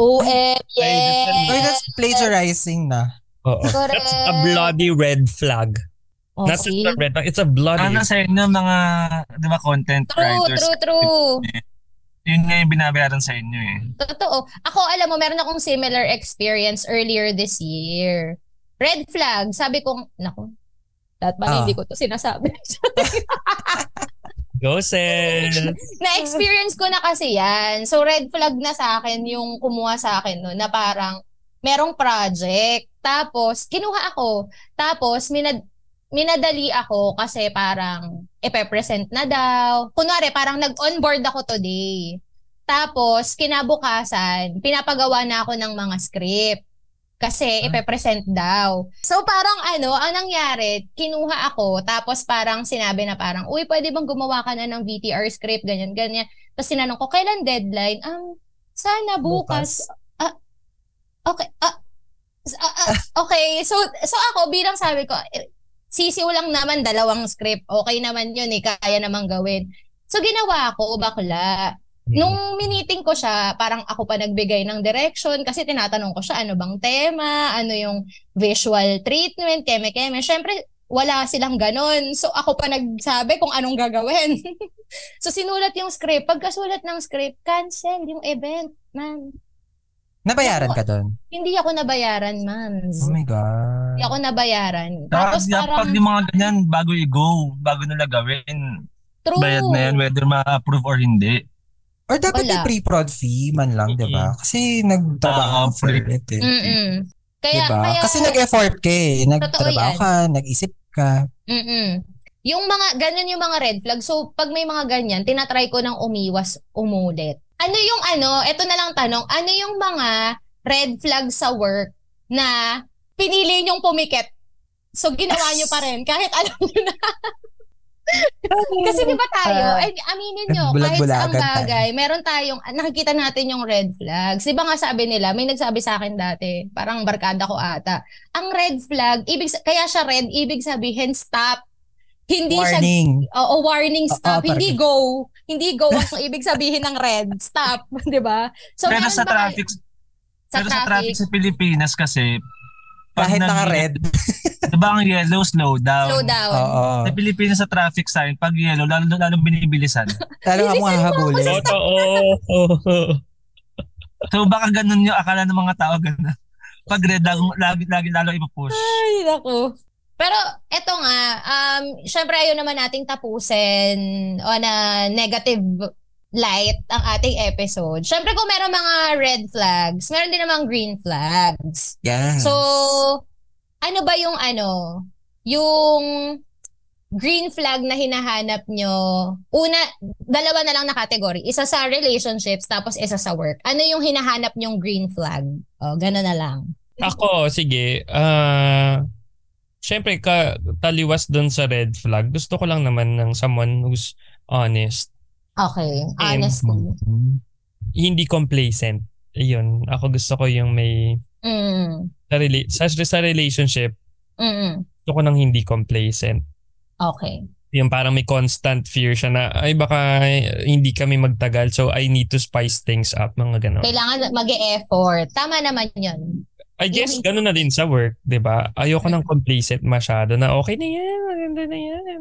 S2: OM, yes!
S1: Uy, that's plagiarizing na.
S4: Oo.
S2: Correct.
S4: That's a bloody red flag.
S2: Okay.
S4: Not just a red flag, it's a bloody
S5: Ano sa inyo mga, di ba, content
S2: True,
S5: writers?
S2: true, true.
S5: Yun nga yung binabayaran sa inyo eh.
S2: Totoo. Ako, alam mo, meron akong similar experience earlier this year. Red flag. Sabi kong, nako, lahat ba
S1: Ah.
S2: hindi ko to sinasabi.
S4: Joseph.
S2: Na-experience ko na kasi yan. So, red flag na sa akin yung kumuha sa akin no, na parang merong project. Tapos, kinuha ako. Tapos, minad minadali ako kasi parang ipepresent na daw. Kunwari, parang nag-onboard ako today. Tapos, kinabukasan, pinapagawa na ako ng mga script. Kasi ipepresent daw. So parang ano, ang nangyari, kinuha ako, tapos parang sinabi na parang, uy, pwede bang gumawa ka na ng VTR script, ganyan, ganyan. Tapos sinanong ko, kailan deadline? Um, sana bukas. Ah, okay, ah, s- ah, ah, okay, so so ako bilang sabi ko, eh, sisiw lang naman dalawang script. Okay naman 'yun eh, kaya namang gawin. So ginawa ko, bakla.
S5: Mm.
S2: Nung miniting ko siya, parang ako pa nagbigay ng direction kasi tinatanong ko siya ano bang tema, ano yung visual treatment, keme-keme. Siyempre, wala silang ganon. So ako pa nagsabi kung anong gagawin. so sinulat yung script. Pagkasulat ng script, cancel yung event, man.
S1: Nabayaran ka doon.
S2: Hindi ako nabayaran, man.
S1: Oh my
S2: Hindi
S1: God.
S2: ako nabayaran.
S5: Tapos
S2: Tapos
S5: Ah. dapat
S2: parang,
S5: yung mga ganyan, bago i-go, bago nila gawin,
S2: true.
S5: bayad na yan, whether ma-approve or hindi.
S1: Or dapat
S2: Wala.
S1: yung pre-prod fee man lang, di ba? Kasi
S5: Ah,
S1: nagtrabaho for
S5: free.
S1: it eh.
S2: Mm-mm. Kaya,
S1: Diba?
S2: kaya,
S1: Kasi nag-effort ka eh. Nagtrabaho
S2: yan.
S1: ka, nag-isip ka.
S2: Mm-mm. Yung mga, ganyan yung mga red flag. So, pag may mga ganyan, tinatry ko ng umiwas, umulit. Ano yung ano, eto na lang tanong, ano yung mga red flag sa work na pinili niyong pumiket? So, ginawa niyo pa rin, kahit alam niyo na. Kasi di ba tayo, ay, aminin niyo, kahit sa ang
S1: Nagbulag-bulagan ah, tayo.
S2: bagay, meron tayong, ah, nakikita natin yung red flags. Di ba nga sabi nila, may nagsabi sa akin dati, parang barkada ko ata, ang red flag, ibig, sa- kaya siya red, ibig sabihin stop. Hindi siya
S1: Warning.
S2: Oo, warning
S1: Oo,
S2: stop.
S1: parang-
S2: hindi go. Hindi go ang ibig sabihin ng red. Stop. Di ba? So,
S5: pero
S2: meron
S5: sa
S2: ba kayo-
S5: traffic,
S2: Sa
S5: pero sa traffic
S2: traffic.
S5: sa Pilipinas kasi, pag
S1: Kahit
S5: nag-
S1: naka-red.
S5: Diba ang yellow, slow down.
S2: Slow down.
S1: Oo.
S5: Sa Pilipinas sa traffic sign, pag yellow, lalo, lalo binibilisan.
S1: Lalo nga
S2: Bilisan
S1: mga
S2: mo
S1: habulin.
S4: Totoo.
S5: so baka ganun yung akala ng mga tao, ganun. Pag red, lagi, lagi, lagi lalo ipapush.
S2: Ay, naku. Pero eto nga, um, syempre ayaw naman nating tapusin on a negative light ang ating episode. Syempre kung meron mga red flags, meron din namang green flags.
S1: Yes.
S2: So, ano ba yung ano, yung green flag na hinahanap nyo? Una, dalawa na lang na category. Isa sa relationships, tapos isa sa work. Ano yung hinahanap nyong green flag? O, gano'n na lang.
S4: Ako, sige. ah Siyempre, ka, taliwas dun sa red flag. Gusto ko lang naman ng someone who's honest.
S2: Okay,
S4: Same.
S2: honestly.
S4: Hindi complacent. Ayun. Ako gusto ko yung may...
S2: Mm.
S4: Sa, rela- sa, sa relationship,
S2: Mm.
S4: gusto ko ng hindi complacent.
S2: Okay.
S4: Yung parang may constant fear siya na, ay baka eh, hindi kami magtagal so I need to spice things up, mga ganon.
S2: Kailangan mag effort Tama naman yun.
S4: I guess
S2: Yung-
S4: ganun na din sa work, 'di ba? Ayoko ng complacent masyado na okay na 'yan, maganda na 'yan.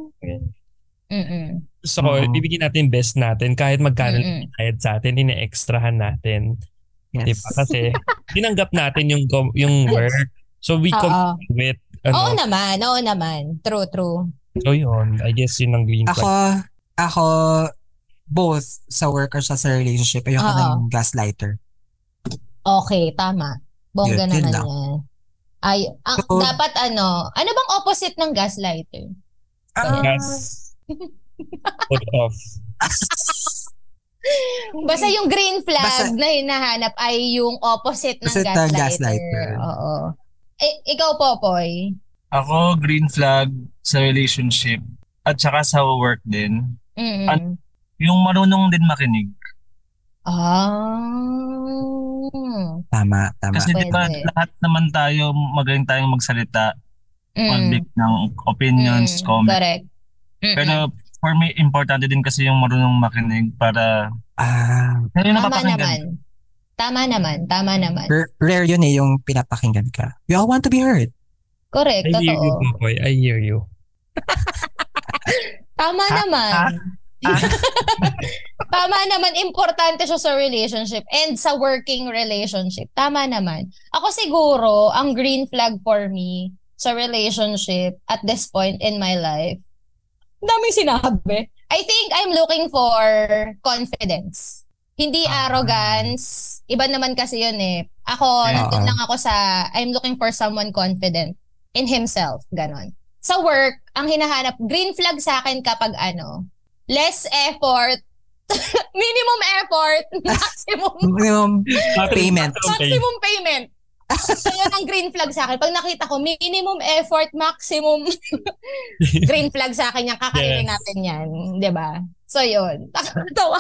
S2: Mm-mm.
S4: Gusto ko,
S5: Oo.
S4: bibigyan natin yung best natin kahit magkano
S2: Mm-mm.
S4: lang bayad sa atin, ine-extrahan natin,
S1: yes.
S4: 'di ba? Kasi tinanggap natin yung go- yung work. So we come
S2: Oo.
S4: with
S2: Oo
S4: ano.
S2: naman, oo naman. True, true.
S4: So yun, I guess yun ang green flag.
S1: Ako, ako, both sa work or sa, sa relationship, ayoko
S2: Oo.
S1: ng gaslighter.
S2: Okay, tama.
S1: Yun, yun
S2: Bongga naman
S1: lang.
S2: yan. Ay, ang,
S1: So-
S2: dapat ano, ano bang opposite ng gaslighter?
S1: Ah,
S4: Gas. Put off.
S2: Basta yung green flag
S1: Basta-
S2: na hinahanap ay yung opposite ng
S1: Opposite ng
S2: gaslighter.
S1: gaslighter.
S2: Oo. Eh, ikaw, Popoy.
S5: Ako, green flag sa relationship at saka sa work din.
S2: Mm-mm.
S5: Yung marunong din makinig.
S2: Ah.
S1: Tama, tama.
S5: Kasi di ba
S2: Pwede.
S5: lahat naman tayo magaling tayong magsalita,
S2: Mm.
S5: magbig ng opinions,
S2: Mm,
S5: comments.
S2: Correct. Mm-mm.
S5: Pero for me, importante din kasi yung marunong makinig para
S1: ah,
S5: Pero yung
S2: Tama
S5: napapakinggan.
S2: naman. Tama naman. Tama naman.
S1: r- rare yun eh, yung pinapakinggan ka. You all want to be heard.
S2: Correct.
S4: I hear you,
S2: Totoo.
S4: Popoy. I hear you.
S2: Tama
S5: Ha?
S2: naman.
S5: Ha? Ah,
S2: Tama naman, importante siya sa relationship and sa working relationship. Tama naman. Ako siguro, ang green flag for me sa relationship at this point in my life, ang daming sinabi. I think I'm looking for confidence. Hindi
S1: Ah.
S2: arrogance. Iba naman kasi yun eh. Ako,
S5: Yeah.
S2: nandun lang ako sa, I'm looking for someone confident in himself. Ganon. Sa work, ang hinahanap, green flag sa akin kapag ano, less effort, minimum effort, maximum
S1: Yung Payment.
S2: maximum payment. So yun ang green flag sa akin. Pag nakita ko, minimum effort, maximum green flag sa akin yan. Kakainin
S4: Yes.
S2: natin yan. 'di ba So yun. Nakakatawa.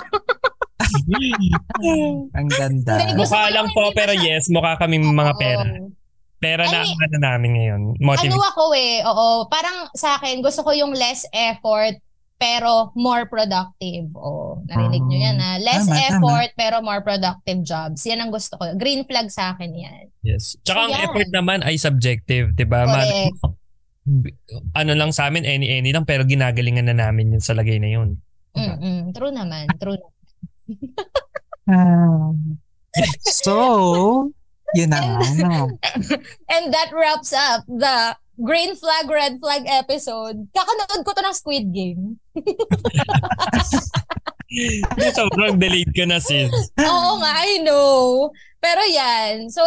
S1: ang ganda.
S2: Hindi, gusto-
S4: Mukha lang po, pero yes, mukha kami mga pera.
S2: Oo.
S4: Pera na
S2: Ay,
S4: ang ano namin ngayon. Motive.
S2: Ano ako eh, oo. Parang sa akin, gusto ko yung less effort, pero more productive. Oo, narinig nyo yan ha. Less
S1: Ah, Tama, tama.
S2: effort, pero more productive jobs. Yan ang gusto ko. Green flag sa akin yan.
S4: Yes. Tsaka ang
S2: Ayan.
S4: effort naman ay subjective, 'di ba? Ma-
S2: Correct.
S4: ano lang sa amin any any lang pero ginagalingan na namin yun sa lagay na yun.
S2: Mm-mm. True naman. True naman.
S1: Um, so, yun na nga. no?
S2: And that wraps up the green flag, red flag episode. Kakanood ko to ng Squid Game.
S4: Sobrang delayed ko na sis.
S2: Oo nga, I know. Pero yan. So,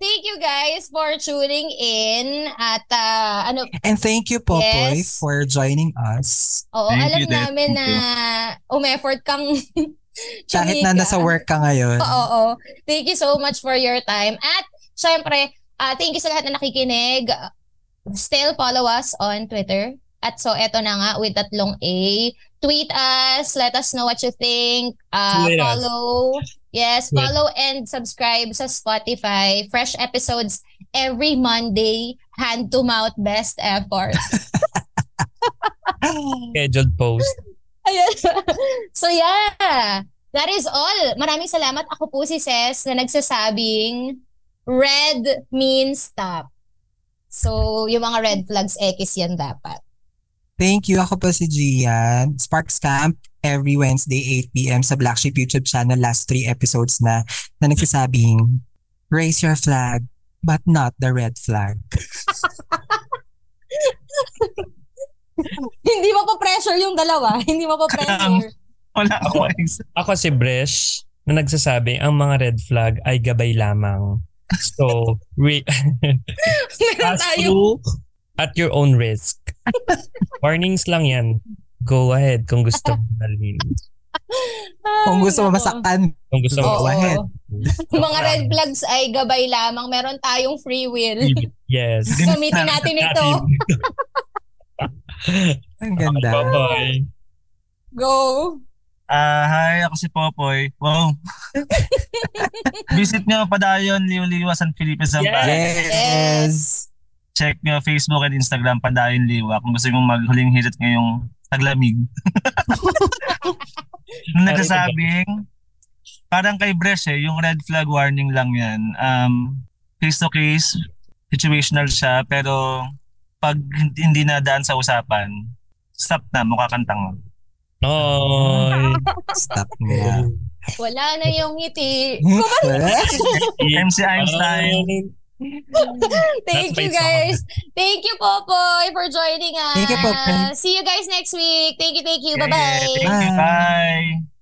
S2: thank you guys for tuning in. At ah, ano,
S1: And thank you, Popoy,
S2: Yes.
S1: for joining us.
S2: oo,
S5: Thank
S2: alam
S5: you, Des.
S2: namin
S5: Thank
S2: na umeffort kang
S1: Kahit na nasa work ka ngayon.
S2: Oo, oo. Thank you so much for your time. At syempre, ah, thank you sa lahat na nakikinig. Still follow us on Twitter. At so, eto na nga, with tatlong A. Tweet us. Let us know what you think. Ah,
S4: Tweet us.
S2: follow. Yes,
S4: Tweet.
S2: follow and subscribe sa Spotify. Fresh episodes every Monday. Hand to mouth, best effort.
S4: Scheduled post.
S2: Ayan. so yeah, that is all. Maraming salamat. Ako po si Ses na nagsasabing red means stop. So, yung mga red flags, X yan dapat.
S1: Thank you. Ako po si Gian. Sparks Camp every Wednesday 8pm sa Black Sheep YouTube channel. Last three episodes na na nagsasabing, raise your flag, but not the red flag.
S2: Hindi mapapressure yung dalawa. Hindi mapapressure.
S5: wala ako.
S4: Ako si Bresh na nagsasabi ang mga red flag ay gabay lamang. So, we
S2: Meron
S4: pass
S2: tayo.
S4: through at your own risk. Warnings lang yan. Go ahead kung gusto mo dalhin.
S1: Kung gusto mo
S2: Ay, nako.
S1: masaktan,
S4: Kung gusto mo
S1: go
S2: Oo.
S1: ahead.
S2: Mga red flags ay gabay lamang. Meron tayong free will.
S4: Yes.
S2: Gamitin natin ito.
S1: Ang ganda.
S4: Bye-bye.
S2: Go.
S5: Ah, hi, ako si Popoy. Wow. Visit nyo Padayon, Liwa-Liwa, San Felipe, Zambales.
S1: Yes.
S5: Check nyo Facebook and Instagram, Padayon Liwa, kung gusto mong maghuling hirit ngayong taglamig. Nung nagsasabing, parang kay Bresh eh, yung red flag warning lang yan. Um, case to case, situational siya, pero pag hindi na daan sa usapan, stop na, mukha kang tanga.
S4: Bye.
S1: Stop na.
S2: Wala na yung ngiti.
S5: MC Einstein.
S2: Thank you
S4: That's my song.
S2: guys. Thank you Popoy for joining us.
S1: Thank you, Popoy.
S2: See you guys next week. Thank you, thank you.
S5: Yeah,
S2: Bye-bye.
S5: thank you. Bye.